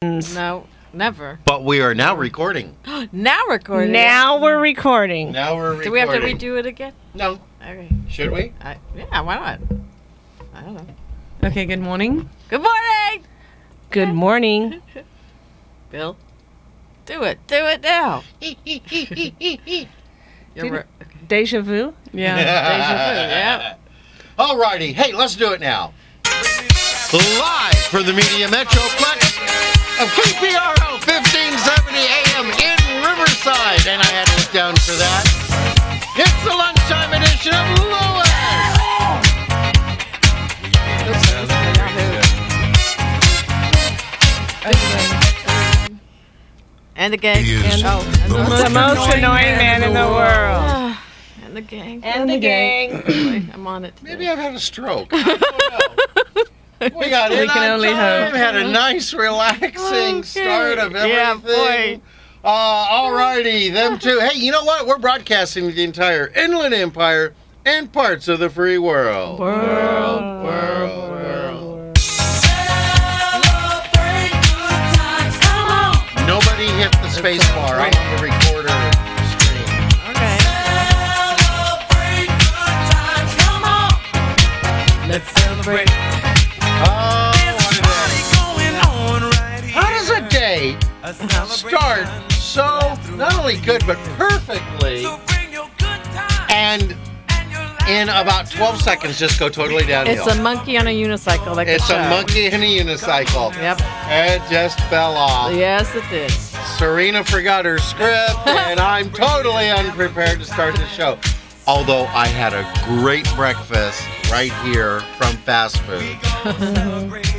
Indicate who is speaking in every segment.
Speaker 1: times.
Speaker 2: No, never.
Speaker 3: But we are now recording.
Speaker 2: Now recording.
Speaker 1: Now we're recording.
Speaker 3: Now we're recording.
Speaker 2: Do we have to redo it again?
Speaker 3: No.
Speaker 2: Okay.
Speaker 3: Should we?
Speaker 2: I, yeah. Why not? I don't know.
Speaker 1: Okay, good morning.
Speaker 2: Good morning,
Speaker 1: Good morning.
Speaker 2: Bill. Do it. Do it now. You're
Speaker 1: Didn't-
Speaker 2: right. Okay.
Speaker 1: Deja vu?
Speaker 4: Yeah.
Speaker 2: deja
Speaker 3: Alrighty. Hey, let's do it now. Live for the Media Metroplex of KPRO 1570 AM in Riverside. And I had to look down for that. It's the lunchtime edition of Lewis.
Speaker 2: And the gang.
Speaker 5: He is
Speaker 2: And, oh, and the,
Speaker 1: The most annoying man in the world.
Speaker 2: Ah, and the gang.
Speaker 1: And the gang.
Speaker 2: Boy, I'm on it. today.
Speaker 3: Maybe I've had a stroke. I don't know. We got
Speaker 1: We
Speaker 3: in
Speaker 1: can
Speaker 3: on
Speaker 1: only
Speaker 3: time,
Speaker 1: hope.
Speaker 3: Had a nice, relaxing
Speaker 2: Okay.
Speaker 3: start of
Speaker 2: Yeah,
Speaker 3: everything.
Speaker 2: boy.
Speaker 3: Uh, alrighty, them too. Hey, you know what? We're broadcasting to the entire Inland Empire and parts of the free world. World, world, world. Nobody hit the space bar on the recorder screen.
Speaker 2: Okay.
Speaker 3: Oh, what a day. How does a day start so not only good but perfectly and in about 12 seconds just go totally downhill.
Speaker 2: It's a monkey on a unicycle. Like
Speaker 3: It's
Speaker 2: the
Speaker 3: a
Speaker 2: show.
Speaker 3: monkey in a unicycle.
Speaker 2: Yep.
Speaker 3: It just fell off.
Speaker 2: Yes, it is.
Speaker 3: Serena forgot her script, and I'm totally unprepared to start the show. Although I had a great breakfast right here from fast food.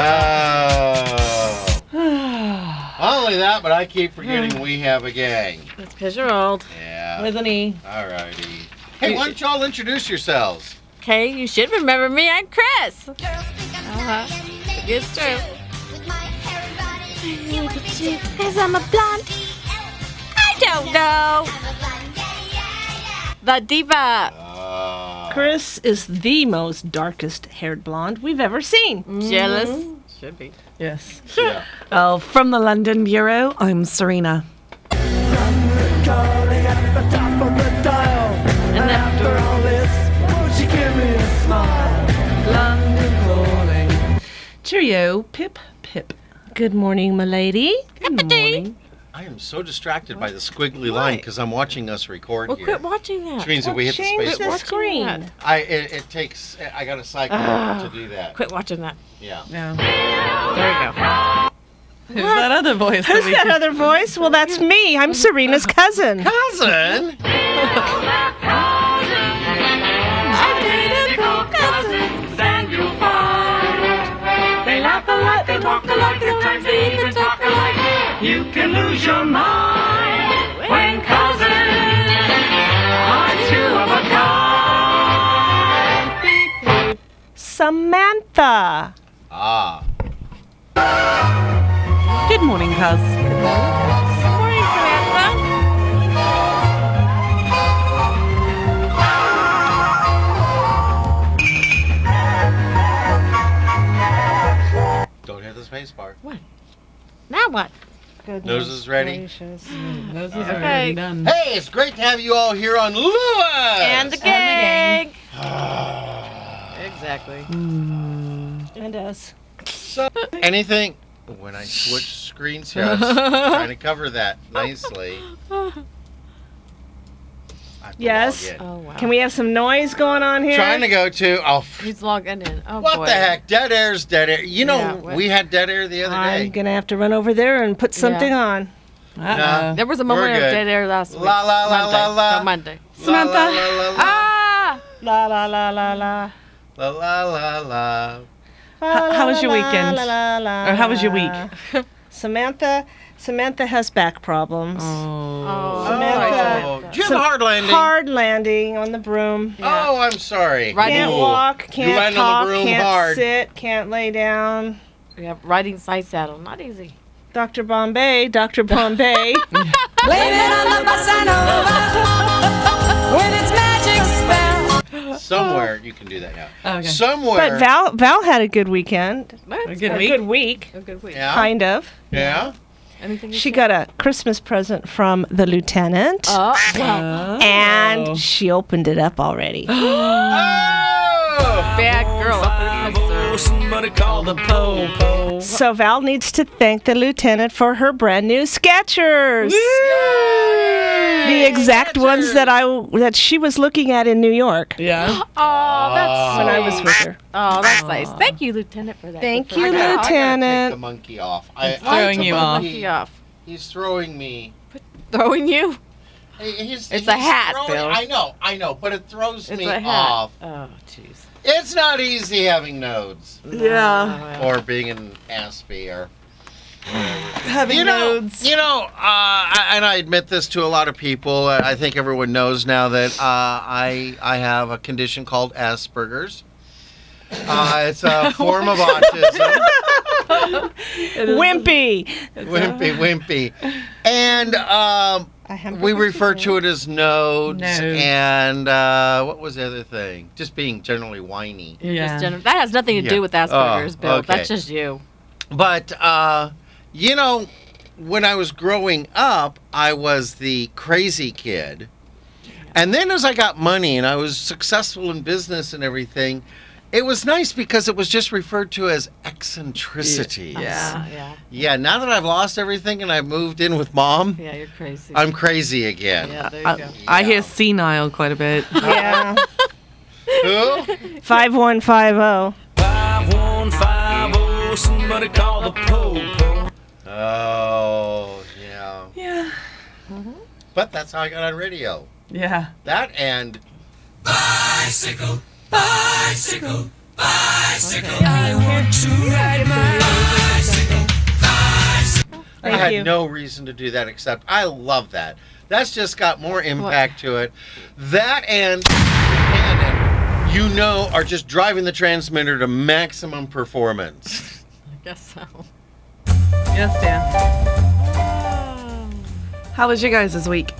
Speaker 3: Oh. Not only that, but I keep
Speaker 2: Hmm.
Speaker 3: forgetting we have a gang.
Speaker 2: That's because you're old.
Speaker 3: Yeah.
Speaker 1: With an E.
Speaker 3: Alrighty. Hey, why don't y'all introduce yourselves?
Speaker 2: Okay, you should remember me. I'm Chris.
Speaker 6: Uh-huh.
Speaker 2: It's true.
Speaker 6: Because I'm a blonde.
Speaker 2: I don't know. The diva.
Speaker 3: Uh,
Speaker 1: Chris is the most darkest haired blonde we've ever seen.
Speaker 2: Jealous. Should be.
Speaker 4: Yes.
Speaker 3: yeah.
Speaker 4: Oh, from the London Bureau, I'm Serena.
Speaker 2: And then,
Speaker 4: Cheerio, Pip, Pip.
Speaker 1: Good morning, milady.
Speaker 4: Good morning.
Speaker 3: I am so distracted by the squiggly line because I'm watching us record
Speaker 2: well,
Speaker 3: here.
Speaker 2: quit watching that.
Speaker 3: Which means that we hit the
Speaker 1: Change
Speaker 3: space
Speaker 1: the
Speaker 3: bar.
Speaker 2: watching
Speaker 1: screen.
Speaker 2: that.
Speaker 3: I it, it takes I got a cycle
Speaker 2: Ah.
Speaker 3: to do that.
Speaker 2: Quit watching that.
Speaker 3: Yeah.
Speaker 4: Yeah.
Speaker 2: There you go.
Speaker 4: Who's that other voice? that
Speaker 1: Who's
Speaker 4: we
Speaker 1: that
Speaker 4: keep-
Speaker 1: other voice? Well, that's me. I'm Serena's cousin.
Speaker 3: Cousin.
Speaker 1: Samantha.
Speaker 3: Ah.
Speaker 4: Good morning, Cuz.
Speaker 2: Morning, Samantha.
Speaker 3: Don't hit the space bar.
Speaker 2: Now what?
Speaker 3: Nose is ready.
Speaker 4: Those
Speaker 2: are already
Speaker 4: done.
Speaker 3: Hey, it's great to have you all here on Lewis.
Speaker 2: And the gang.
Speaker 3: Ah.
Speaker 2: Exactly.
Speaker 1: And us.
Speaker 3: so, anything when I switch screens here, I was trying to cover that nicely. I have to
Speaker 1: Yes.
Speaker 3: log in.
Speaker 2: Oh wow.
Speaker 1: Can we have some noise going on here?
Speaker 3: Trying to go to oh
Speaker 2: He's logging in. Oh
Speaker 3: what
Speaker 2: boy.
Speaker 3: the heck dead air's dead air.
Speaker 2: Yeah,
Speaker 3: You know
Speaker 2: what-
Speaker 3: we had dead air the other
Speaker 1: I'm
Speaker 3: day.
Speaker 1: gonna have to run over there and put something
Speaker 2: Yeah.
Speaker 1: on.
Speaker 4: Uh-oh.
Speaker 2: There was a
Speaker 3: We're
Speaker 2: moment of
Speaker 3: good.
Speaker 2: dead air last week.
Speaker 3: La la la la
Speaker 2: Monday. No,
Speaker 3: la.
Speaker 2: Monday.
Speaker 3: La, la,
Speaker 4: Samantha.
Speaker 3: la, la, la.
Speaker 2: Ah.
Speaker 1: La la la la la.
Speaker 3: La la la la.
Speaker 4: How- how was your weekend? Or how was your week?
Speaker 1: Samantha, Samantha has back problems.
Speaker 2: Oh.
Speaker 1: Samantha.
Speaker 3: Oh, Jim
Speaker 1: Some
Speaker 3: hard landing.
Speaker 1: Hard landing on the broom.
Speaker 2: Yeah.
Speaker 3: Oh, I'm sorry.
Speaker 2: Right
Speaker 1: Can't
Speaker 2: Ooh.
Speaker 1: walk,
Speaker 3: You
Speaker 1: can't
Speaker 3: land on the
Speaker 1: talk,
Speaker 3: broom
Speaker 1: can't
Speaker 3: hard.
Speaker 1: sit, can't lay down.
Speaker 2: We have riding side saddle. Not easy.
Speaker 1: Dr. Bombay, Dr. Bombay.
Speaker 3: Somewhere you can do that now.
Speaker 4: Okay.
Speaker 3: Somewhere.
Speaker 1: But Val Val had a good weekend.
Speaker 2: What?
Speaker 4: A good
Speaker 1: a
Speaker 4: week.
Speaker 1: good week,
Speaker 2: A Oh, good week.
Speaker 3: yeah.
Speaker 1: kind of.
Speaker 3: Yeah.
Speaker 2: Anything you
Speaker 1: She got a Christmas present from the lieutenant,
Speaker 2: Oh, well,
Speaker 4: Oh.
Speaker 1: and she opened it up already.
Speaker 3: Oh!
Speaker 2: bad girl.
Speaker 7: oh,
Speaker 2: Observe.
Speaker 5: Somebody call the Pope.
Speaker 1: so Val needs to thank the lieutenant for her brand new Skechers, the exact ones that I that she was looking at in New York
Speaker 4: Yeah.
Speaker 2: Oh, that's
Speaker 1: when I was with her.
Speaker 2: oh, that's nice. Thank you, Lieutenant, for that.
Speaker 1: Thank
Speaker 2: Good for
Speaker 1: you,
Speaker 2: her.
Speaker 1: Lieutenant.
Speaker 3: Take
Speaker 1: Janet.
Speaker 3: the monkey off. I, I
Speaker 4: throwing
Speaker 3: took
Speaker 4: you
Speaker 3: the
Speaker 4: off.
Speaker 2: Monkey off.
Speaker 3: He's throwing me.
Speaker 2: Throwing you.
Speaker 3: He- he's-
Speaker 2: It's a
Speaker 3: he's
Speaker 2: hat,
Speaker 3: throwing-
Speaker 2: Bill.
Speaker 3: I know, I know, but it throws
Speaker 2: It's
Speaker 3: me
Speaker 2: a hat.
Speaker 3: off.
Speaker 2: Oh, jeez.
Speaker 3: It's not easy having nodes
Speaker 2: Yeah.
Speaker 3: or being an Aspie or
Speaker 4: Having
Speaker 3: you know, you know, uh, I, and I admit this to a lot of people. uh, I think everyone knows now that uh, I I have a condition called Asperger's. Uh, it's a form of autism.
Speaker 1: Wimpy.
Speaker 3: wimpy, wimpy, and um, we refer to it as nodes.
Speaker 4: Nodes.
Speaker 3: And uh, what was the other thing? Just being generally whiny.
Speaker 2: Just
Speaker 4: Yeah.
Speaker 2: gen- that has nothing to
Speaker 3: Yeah.
Speaker 2: do with Asperger's,
Speaker 3: Oh,
Speaker 2: Bill.
Speaker 3: okay.
Speaker 2: That's just you.
Speaker 3: But uh, you know, when I was growing up, I was the crazy kid. And then as I got money and I was successful in business and everything, it was nice because it was just referred to as eccentricity.
Speaker 4: Yeah.
Speaker 2: Yeah. Uh-huh.
Speaker 3: Yeah, now that I've lost everything and I've moved in with mom,
Speaker 2: Yeah, you're crazy.
Speaker 3: I'm crazy again.
Speaker 2: yeah, there you go.
Speaker 4: I, I hear senile quite a bit.
Speaker 1: Yeah,
Speaker 3: Who?
Speaker 1: five one five oh. zero.
Speaker 7: oh,
Speaker 5: 5150, somebody call the Pope.
Speaker 3: Oh, yeah.
Speaker 4: yeah.
Speaker 5: Mm-hmm.
Speaker 3: But that's how I got on radio.
Speaker 4: Yeah.
Speaker 3: That and
Speaker 5: Bicycle, bicycle, bicycle. I want to ride my bicycle.
Speaker 1: Thank
Speaker 3: I had
Speaker 1: you.
Speaker 3: no reason to do that except I love that. That's just got more impact to it. That and and you know are just driving the transmitter to maximum performance.
Speaker 2: I guess so.
Speaker 4: Yes, Dan. How was your guys' this week?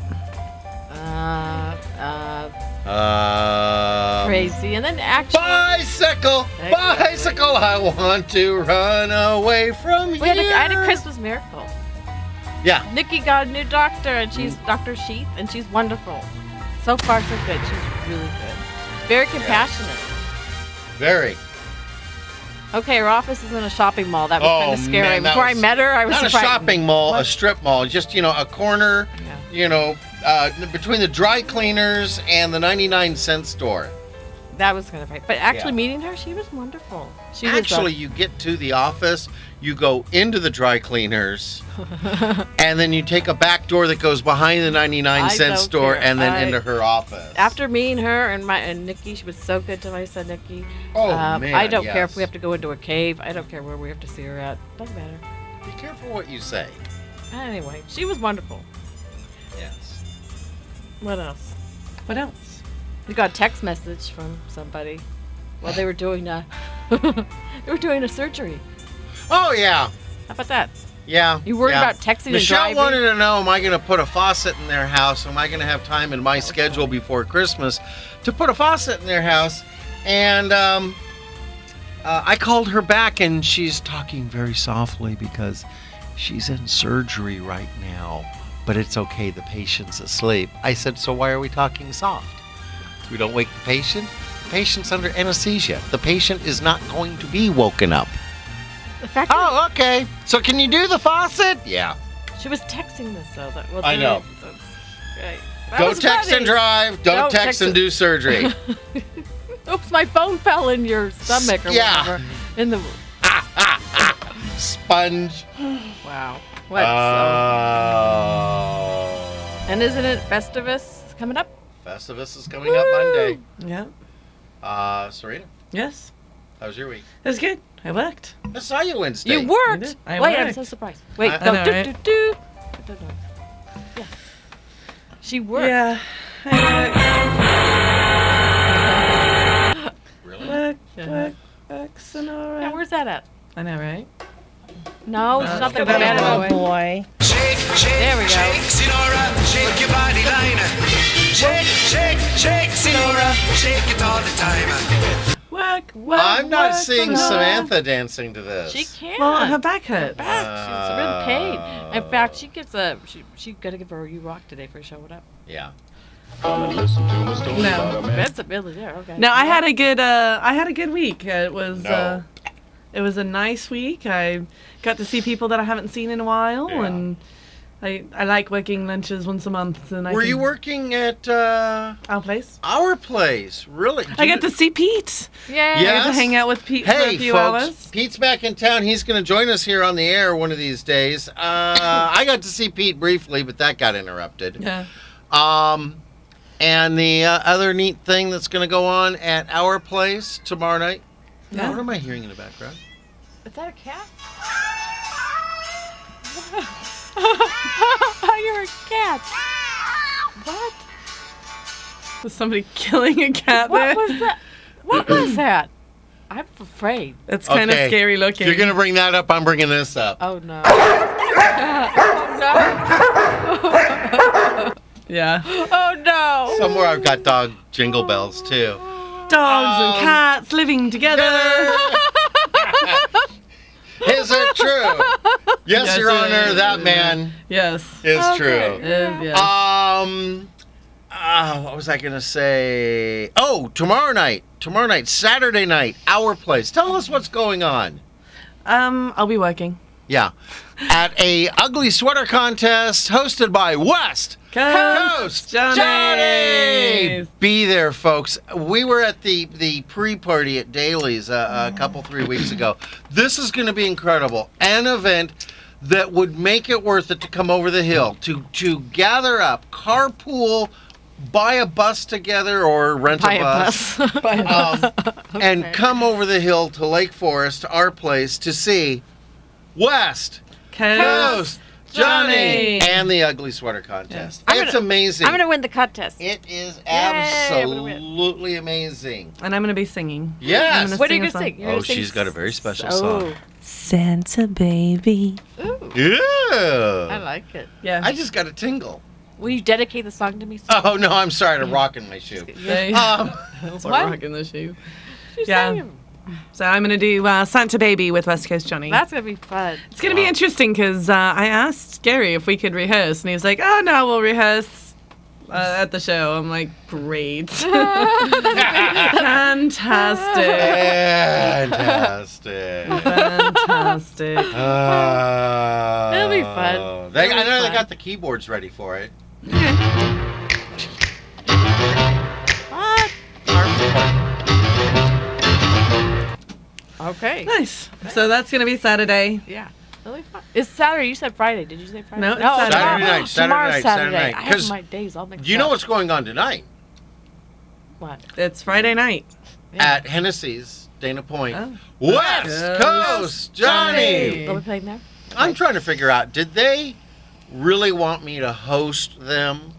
Speaker 2: Uh, uh,
Speaker 3: Um,
Speaker 2: crazy. And then actually,
Speaker 3: Bicycle,
Speaker 2: Thank you.
Speaker 3: bicycle, I want to run away from you.
Speaker 2: we had a, I had a Christmas miracle.
Speaker 3: Yeah. Mm.
Speaker 2: Nikki got a new doctor, and she's Dr. Sheath, and she's wonderful. So far, so good. She's really good. Very compassionate.
Speaker 3: Very.
Speaker 2: Okay, her office is in a shopping mall. That was
Speaker 3: Oh,
Speaker 2: kind of scary.
Speaker 3: man, that
Speaker 2: Before
Speaker 3: was-
Speaker 2: I met her, I was
Speaker 3: Not a
Speaker 2: frightened.
Speaker 3: shopping mall, a
Speaker 2: What?
Speaker 3: strip mall, just, you know, a corner,
Speaker 2: Yeah.
Speaker 3: you know, uh, n- between the dry cleaners and the 99 cent store.
Speaker 2: That was kind of right. But actually,
Speaker 3: Yeah.
Speaker 2: meeting her, she was uh, wonderful. She
Speaker 3: Actually, you get to the office, you go into the dry cleaners,
Speaker 2: was. a-
Speaker 3: and then you take a back door that goes behind the 99
Speaker 2: I
Speaker 3: cent
Speaker 2: don't
Speaker 3: store
Speaker 2: care.
Speaker 3: and then
Speaker 2: I-
Speaker 3: into her office.
Speaker 2: After meeting her and my and Nikki, she was so good to my son Nikki.
Speaker 3: oh,
Speaker 2: Um,
Speaker 3: man,
Speaker 2: I don't care if
Speaker 3: yes.
Speaker 2: we have to go into a cave. I don't care where we have to see her at. Doesn't matter.
Speaker 3: Be careful what you say.
Speaker 2: Anyway, she was wonderful.
Speaker 3: Yes.
Speaker 2: What else?
Speaker 4: What else?
Speaker 2: We got a text message from somebody while they were doing a they were doing a surgery.
Speaker 3: Oh, yeah.
Speaker 2: How about that?
Speaker 3: Yeah.
Speaker 2: You worried
Speaker 3: yeah.
Speaker 2: about texting
Speaker 3: Michelle
Speaker 2: and driving?
Speaker 3: wanted to know, am I going to put a faucet in their house? Am I going to have time in my schedule before Christmas to put a faucet in their house? And um, uh, I called her back, and she's talking very softly because she's in surgery right now, but it's okay. The patient's asleep. I said, so why are we talking soft? We don't wake the patient. The patient's under anesthesia. The patient is not going to be woken up.
Speaker 2: The fact that
Speaker 3: Oh, okay. So can you do the faucet? Yeah.
Speaker 2: Oh, she was texting this though. That was
Speaker 3: I know.
Speaker 2: Right. That
Speaker 3: Go
Speaker 2: was
Speaker 3: text
Speaker 2: funny.
Speaker 3: and drive. Don't,
Speaker 2: Don't
Speaker 3: text,
Speaker 2: text
Speaker 3: and
Speaker 2: it.
Speaker 3: do surgery.
Speaker 2: Oops, my phone fell in your stomach or
Speaker 3: Yeah.
Speaker 2: whatever. In the
Speaker 3: Sponge.
Speaker 2: wow. What?
Speaker 4: Uh,
Speaker 2: so?
Speaker 3: Oh.
Speaker 2: And isn't it Festivus coming up?
Speaker 3: Festivus is coming up Monday.
Speaker 4: Yeah.
Speaker 3: Uh, Serena,
Speaker 4: Yes.
Speaker 3: how was your week?
Speaker 4: It was good. I worked.
Speaker 3: I saw you Wednesday.
Speaker 2: You worked.
Speaker 4: did. I
Speaker 2: Wait, I'm
Speaker 4: worked.
Speaker 2: so surprised. Wait,
Speaker 3: I-
Speaker 2: no,
Speaker 4: I know,
Speaker 2: do,
Speaker 4: right?
Speaker 2: do, do. I don't know. Yeah. She worked.
Speaker 4: Yeah. I
Speaker 3: Really?
Speaker 4: worked. Work,
Speaker 2: Yeah.
Speaker 4: work, work, Sonora.
Speaker 2: Now, where's that at?
Speaker 4: I know, right?
Speaker 2: No,
Speaker 4: No,
Speaker 2: it's
Speaker 4: it's
Speaker 2: not that
Speaker 4: gotta
Speaker 2: bad
Speaker 4: be
Speaker 2: of
Speaker 4: one
Speaker 2: a way.
Speaker 1: Oh, boy.
Speaker 5: Shake
Speaker 7: Shake,
Speaker 2: There we go.
Speaker 7: Shake, Sinora, shake your body line. Shake, shake, shake, Sinora, shake it all the time.
Speaker 4: Work, work,
Speaker 3: I'm not
Speaker 4: work,
Speaker 3: seeing
Speaker 4: work.
Speaker 3: Samantha dancing to this.
Speaker 2: She can't.
Speaker 4: Well, her back hurts.
Speaker 2: back. She's really paid. In fact, she gets a. She she gotta give her a you rock today for showing up.
Speaker 3: Yeah.
Speaker 4: No.
Speaker 2: That's a Billy there. Okay.
Speaker 4: No, I had a good uh, I had a good week. It was
Speaker 3: No.
Speaker 4: uh, it was a nice week. I got to see people that I haven't seen in a while,
Speaker 3: Yeah.
Speaker 4: and I I like working lunches once a month. And I
Speaker 3: Were
Speaker 4: can-
Speaker 3: you working at uh,
Speaker 4: our place?
Speaker 3: our place? Really?
Speaker 4: I got to see Pete.
Speaker 2: Yeah.
Speaker 4: I
Speaker 3: Yeah.
Speaker 4: got to
Speaker 3: Yes.
Speaker 4: hang out with Pete for
Speaker 3: Hey,
Speaker 4: a few
Speaker 3: folks.
Speaker 4: hours.
Speaker 3: Pete's back in town. He's going to join us here on the air one of these days. Uh, I got to see Pete briefly, but that got interrupted.
Speaker 4: Yeah.
Speaker 3: Um, and the uh, other neat thing that's going to go on at our place tomorrow night.
Speaker 4: Yeah.
Speaker 3: What am I hearing in the background?
Speaker 2: Is that a cat? You're a cat. What?
Speaker 4: Was somebody killing a cat there?
Speaker 2: What was that? What was that? I'm afraid.
Speaker 4: It's kind
Speaker 3: Okay.
Speaker 4: of scary
Speaker 3: If
Speaker 4: looking.
Speaker 3: you're going to bring that up, I'm bringing this up.
Speaker 2: Oh no. oh
Speaker 4: yeah.
Speaker 2: no. Oh no.
Speaker 3: Somewhere I've got dog jingle bells too.
Speaker 4: Dogs and cats living together.
Speaker 3: Is it true? Yes,
Speaker 4: Yes,
Speaker 3: Your
Speaker 4: it
Speaker 3: Honor,
Speaker 4: is.
Speaker 3: that man
Speaker 4: Yes.
Speaker 2: Okay.
Speaker 3: is
Speaker 4: Uh,
Speaker 3: true.
Speaker 4: yes.
Speaker 3: Um, uh, what was I gonna say? Oh, tomorrow night, tomorrow night, Saturday night, our place. Tell us what's going on.
Speaker 4: um, I'll be working.
Speaker 3: Yeah, at a ugly sweater contest hosted by West Coast Johnny. Be there, folks. We were at the the pre-party at Daly's uh, a couple three weeks ago. This is going to be incredible. An event that would make it worth it to come over the hill to to gather up, carpool, buy a bus together or rent
Speaker 2: Buy
Speaker 3: a
Speaker 2: a
Speaker 3: bus,
Speaker 2: bus.
Speaker 3: um, and come over the hill to Lake Forest, our place, to see West
Speaker 4: Coast.
Speaker 3: Coast Johnny
Speaker 4: Johnny.
Speaker 3: and the Ugly Sweater Contest.
Speaker 2: I'm
Speaker 3: It's
Speaker 2: gonna-
Speaker 3: amazing.
Speaker 2: I'm gonna win the contest.
Speaker 3: It is
Speaker 2: Yay, I'm gonna win.
Speaker 3: absolutely amazing.
Speaker 4: And I'm going to be singing.
Speaker 3: Yes.
Speaker 4: I'm
Speaker 2: What are you gonna
Speaker 4: Sing a song.
Speaker 2: sing? You're
Speaker 3: Oh,
Speaker 2: gonna sing
Speaker 3: very special
Speaker 2: Oh.
Speaker 1: Santa baby.
Speaker 2: Ooh.
Speaker 3: Ew.
Speaker 2: I like it.
Speaker 4: Yeah.
Speaker 3: I just got a tingle.
Speaker 2: Will you dedicate the song to me? Sue?
Speaker 3: Oh no, I'm sorry to rock in my shoe.
Speaker 4: They-
Speaker 3: Um,
Speaker 4: That's
Speaker 2: What?
Speaker 4: rocking the shoe.
Speaker 2: She's
Speaker 4: yeah.
Speaker 2: singing.
Speaker 4: So I'm gonna do uh, Santa Baby with West Coast Johnny.
Speaker 2: That's gonna be fun.
Speaker 4: it's gonna be interesting because uh, I asked Gary if we could rehearse, and he was like, "Oh no, we'll rehearse uh, at the show." I'm like, "Great, fantastic,
Speaker 3: fantastic.
Speaker 4: fantastic."
Speaker 3: Uh,
Speaker 2: It'll be fun.
Speaker 3: They,
Speaker 2: It'll
Speaker 3: I
Speaker 2: be
Speaker 3: know they
Speaker 2: fun.
Speaker 3: got the keyboards ready for it.
Speaker 2: What? Okay.
Speaker 4: Nice. So that's gonna be Saturday.
Speaker 2: Yeah. Really fun. It's Saturday. You said Friday. Did you say Friday?
Speaker 4: No, it's
Speaker 2: tomorrow-
Speaker 4: Saturday
Speaker 3: night, Saturday
Speaker 2: tomorrow's
Speaker 3: night, Saturday
Speaker 2: Saturday.
Speaker 3: night.
Speaker 2: I
Speaker 3: 'Cause
Speaker 2: have my days all mixed
Speaker 3: You know
Speaker 2: up.
Speaker 3: what's going on tonight
Speaker 2: What?
Speaker 4: It's Friday night.
Speaker 2: Yeah.
Speaker 3: at Hennessy's, Dana Point,
Speaker 4: Oh.
Speaker 3: West
Speaker 4: Coast
Speaker 3: Coast Johnny.
Speaker 4: Johnny.
Speaker 2: They'll be playing there?
Speaker 3: I'm trying to figure out did they really want me to host them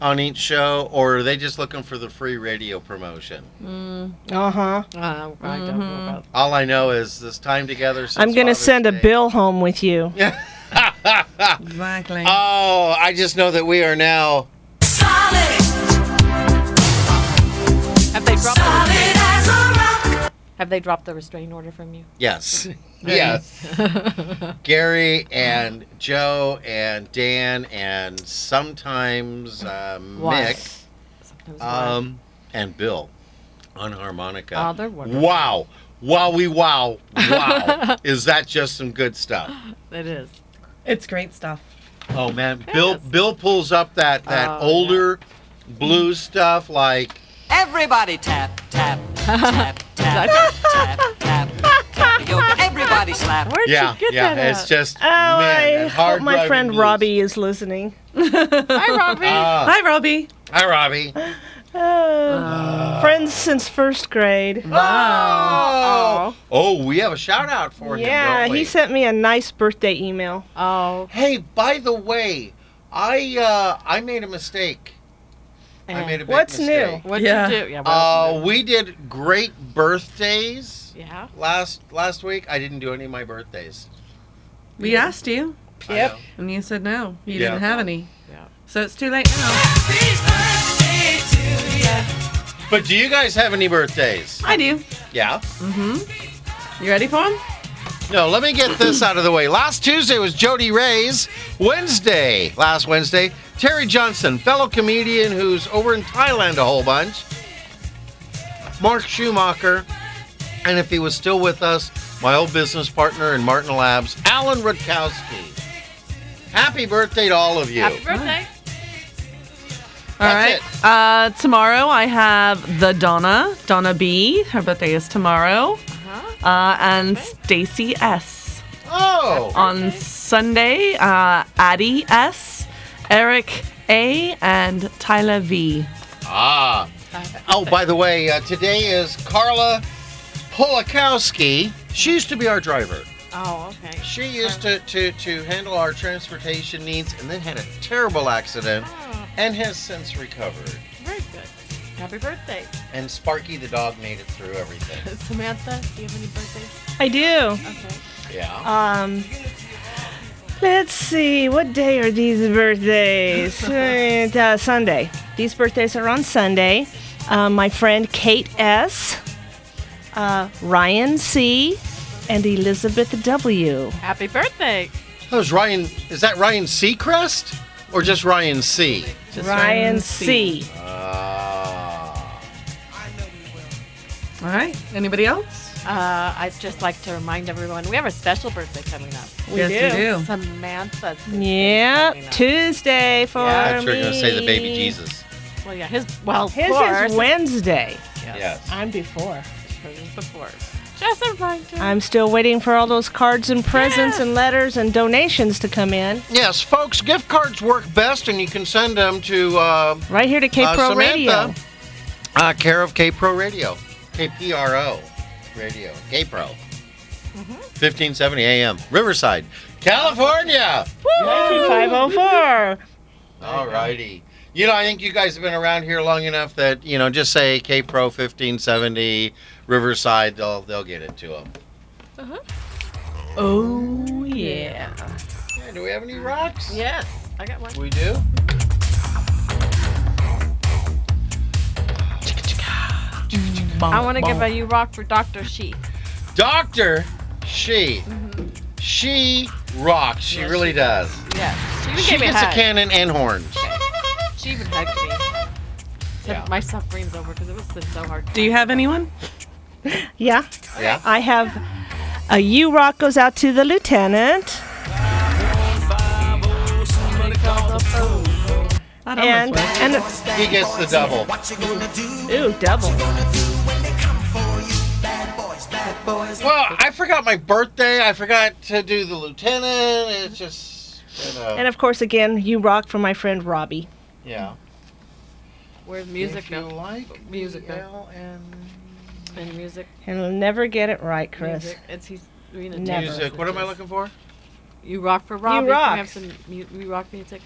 Speaker 3: on each show or are they just looking for the free radio promotion?
Speaker 1: Uh
Speaker 4: Uh-huh.
Speaker 1: huh.
Speaker 2: Uh, I don't know about
Speaker 3: All I know is this time together since
Speaker 1: I'm gonna
Speaker 3: Father's
Speaker 1: send a
Speaker 3: Day.
Speaker 1: bill home with you.
Speaker 4: Exactly.
Speaker 3: Oh, I just know that we are now
Speaker 2: Have they dropped the Have they dropped the restraining order from you?
Speaker 3: yes. Yes. Gary and Joe and Dan and sometimes uh,
Speaker 2: Why?
Speaker 3: Mick
Speaker 2: Sometimes why?
Speaker 3: um, and Bill on harmonica.
Speaker 2: Oh, they're wonderful.
Speaker 3: Wow. Wowie wow. Wow. Is that just some good stuff?
Speaker 2: It is.
Speaker 4: It's great stuff.
Speaker 3: Oh man. Bill
Speaker 2: Yes.
Speaker 3: Bill pulls up that, that
Speaker 2: Oh,
Speaker 3: older blues stuff like
Speaker 8: Everybody tap, tap, tap, tap, tap, tap, tapioca. Everybody slap.
Speaker 2: Where'd
Speaker 3: Yeah,
Speaker 2: you get
Speaker 3: yeah.
Speaker 2: that
Speaker 3: It's
Speaker 2: at?
Speaker 3: just
Speaker 1: Oh,
Speaker 3: man,
Speaker 1: I
Speaker 3: that hard
Speaker 1: hope my
Speaker 3: driving
Speaker 1: friend
Speaker 3: blues.
Speaker 1: Robbie is listening.
Speaker 2: Hi, Robbie.
Speaker 3: Ah,
Speaker 4: Hi, Robbie.
Speaker 3: hi Robbie.
Speaker 1: Oh,
Speaker 3: Uh.
Speaker 1: friends since first grade.
Speaker 3: Oh. Oh, we have a shout out for him.
Speaker 1: yeah,
Speaker 3: don't we?
Speaker 1: he sent me a nice birthday email.
Speaker 2: oh.
Speaker 3: Hey, by the way, I uh I made a mistake.
Speaker 2: Eh,
Speaker 3: I made a big
Speaker 1: What's new?
Speaker 3: mistake.
Speaker 2: What'd
Speaker 4: Yeah.
Speaker 2: you do? Yeah. what else
Speaker 3: Uh we did great birthdays
Speaker 2: you do? yeah.
Speaker 3: last last week. I didn't do any of my birthdays.
Speaker 4: We asked you.
Speaker 3: Yep.
Speaker 4: And you said no, you
Speaker 3: Yeah.
Speaker 4: didn't have any.
Speaker 2: Yeah.
Speaker 4: So it's too late now.
Speaker 3: But do you guys have any birthdays?
Speaker 4: I do.
Speaker 3: Yeah.
Speaker 4: Mm-hmm. You ready for him?
Speaker 3: No, let me get this out of the way. Last Tuesday was Jody Ray's. Wednesday, last Wednesday, Terry Johnson, fellow comedian who's over in Thailand a whole bunch. Mark Schumacher, and if he was still with us, my old business partner in Martin Labs, Alan Rutkowski. Happy birthday to all of you.
Speaker 2: Happy birthday.
Speaker 4: All right.
Speaker 3: That's
Speaker 4: Uh, tomorrow I have the Donna, Donna B. Her birthday is tomorrow.
Speaker 2: Uh-huh.
Speaker 4: Uh, and Stacy S.
Speaker 3: Oh,
Speaker 4: On Sunday, uh, Addie S. Eric A. And Tyler V.
Speaker 3: Ah. Oh, by the way, uh, today is Carla Polakowski. She used to be our driver.
Speaker 2: Oh, okay.
Speaker 3: She used to, to, to handle our transportation needs and then had a terrible accident
Speaker 2: Oh,
Speaker 3: and has since recovered.
Speaker 2: very good. Happy birthday.
Speaker 3: And Sparky the dog made it through everything.
Speaker 2: Samantha, do you have any birthdays?
Speaker 1: I do.
Speaker 2: Okay.
Speaker 3: Yeah.
Speaker 1: Um, let's see, what day are these birthdays? Uh, uh, Sunday. These birthdays are on Sunday. Uh, my friend Kate S., uh, Ryan C., and Elizabeth W.
Speaker 2: Happy birthday.
Speaker 3: That was Ryan. Is that Ryan Seacrest or just Ryan C?
Speaker 4: Just
Speaker 1: Ryan C.
Speaker 3: Uh, Ah.
Speaker 4: All right. Anybody else?
Speaker 2: Uh, I'd just like to remind everyone we have a special birthday coming up.
Speaker 4: yes, we do.
Speaker 2: Samantha's.
Speaker 1: Yep, Tuesday for
Speaker 3: I thought you were
Speaker 1: me.
Speaker 3: going to say the baby Jesus.
Speaker 2: Well, yeah, his. Well, of
Speaker 1: His
Speaker 2: course.
Speaker 1: is Wednesday.
Speaker 3: Yes.
Speaker 1: I'm before.
Speaker 2: hers is before. Just a reminder.
Speaker 1: I'm still waiting for all those cards and presents
Speaker 2: Yeah.
Speaker 1: and letters and donations to come in.
Speaker 3: Yes, folks, gift cards work best, and you can send them to uh,
Speaker 1: Right here to K
Speaker 3: uh,
Speaker 1: Pro
Speaker 3: Samantha,
Speaker 1: Radio.
Speaker 3: Uh, care of K Pro Radio. KPRO Radio. K Pro.
Speaker 2: Mm-hmm.
Speaker 3: 1570 AM. Riverside, California.
Speaker 1: 504.
Speaker 3: All righty. You know, I think you guys have been around here long enough that, you know, just say K Pro 1570 Riverside, they'll, they'll get it to them.
Speaker 4: Oh, yeah.
Speaker 3: Yeah, do we have any rocks?
Speaker 2: Yes, I got one.
Speaker 3: We do?
Speaker 2: I want to give a you rock for Dr. Sheep.
Speaker 3: Doctor, she.
Speaker 2: Mm-hmm.
Speaker 3: She rocks. She really does.
Speaker 2: Yes. She even
Speaker 3: She
Speaker 2: gave me a
Speaker 3: gets a
Speaker 2: hug.
Speaker 3: cannon and horns.
Speaker 2: She even hugged me. Said
Speaker 3: Yeah.
Speaker 2: my suffering's over because it was been so hard.
Speaker 4: Do you have anyone?
Speaker 1: Yeah,
Speaker 3: Yeah.
Speaker 1: I have a U Rock goes out to the lieutenant.
Speaker 4: That
Speaker 1: And,
Speaker 4: almost worked.
Speaker 1: and,
Speaker 3: He gets the double.
Speaker 1: ooh, double.
Speaker 3: Well, I forgot my birthday. I forgot to do the lieutenant. It's just, you know,
Speaker 1: And of course, again, U Rock for my friend Robbie.
Speaker 3: yeah.
Speaker 2: Where's music
Speaker 3: if you
Speaker 2: now?
Speaker 3: like E
Speaker 2: Music note.
Speaker 3: BL and
Speaker 2: And music.
Speaker 1: And I'll never get it right, Chris.
Speaker 2: music. It's he's doing a
Speaker 1: Never.
Speaker 3: music. What am I looking for?
Speaker 2: You rock for Robbie. Can
Speaker 1: rock.
Speaker 2: we have some mu- you rock music?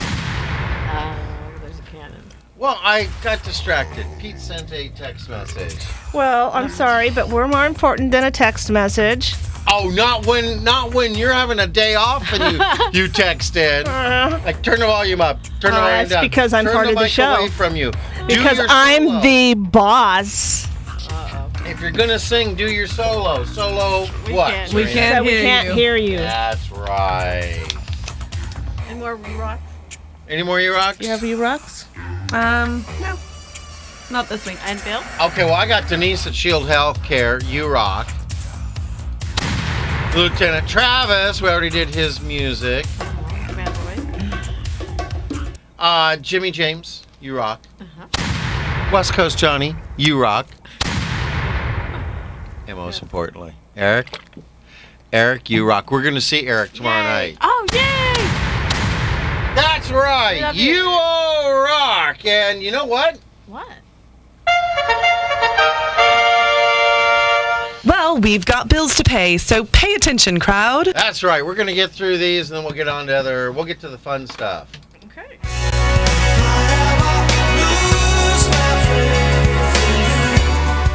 Speaker 2: Uh, there's a cannon.
Speaker 3: Well, I got distracted. Pete sent a text message.
Speaker 1: Well, I'm sorry, but we're more important than a text message.
Speaker 3: Oh, not when, not when you're having a day off and you you texted.
Speaker 1: Uh,
Speaker 3: Like turn the volume up. Turn the
Speaker 1: Oh,
Speaker 3: volume
Speaker 1: that's
Speaker 3: down.
Speaker 1: because I'm
Speaker 3: turn
Speaker 1: part
Speaker 3: the
Speaker 1: of the
Speaker 3: mic
Speaker 1: show.
Speaker 3: Away from you. Do
Speaker 1: because
Speaker 3: your solo.
Speaker 1: I'm the boss.
Speaker 2: Uh oh.
Speaker 3: If you're gonna sing, do your solo. Solo
Speaker 2: We
Speaker 3: what?
Speaker 2: can't.
Speaker 4: We
Speaker 3: Serena?
Speaker 4: can't.
Speaker 1: so we
Speaker 4: hear
Speaker 1: can't
Speaker 4: you.
Speaker 1: hear you.
Speaker 3: That's right.
Speaker 2: And more you rock.
Speaker 3: Any more you rocks?
Speaker 1: You have U Rocks?
Speaker 4: Um, no. Not this week.
Speaker 2: And Bill.
Speaker 3: Okay, well, I got Denise at Shield Healthcare. You rock. Lieutenant Travis, we already did his music.
Speaker 2: Command boy.
Speaker 3: Uh, Jimmy James, you rock.
Speaker 2: Uh-huh.
Speaker 3: West Coast Johnny, you rock. And most importantly, Eric. Eric, you rock. We're going to see Eric tomorrow night.
Speaker 2: Oh yay!
Speaker 3: That's right.
Speaker 2: Love you.
Speaker 3: You all rock. And you know what?
Speaker 2: What?
Speaker 9: Well, we've got bills to pay, so pay attention, crowd.
Speaker 3: That's right. We're going to get through these and then we'll get on to other, we'll get to the fun stuff.
Speaker 2: Okay.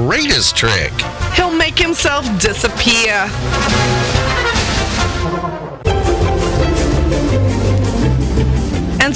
Speaker 3: trick.
Speaker 9: He'll make himself disappear. And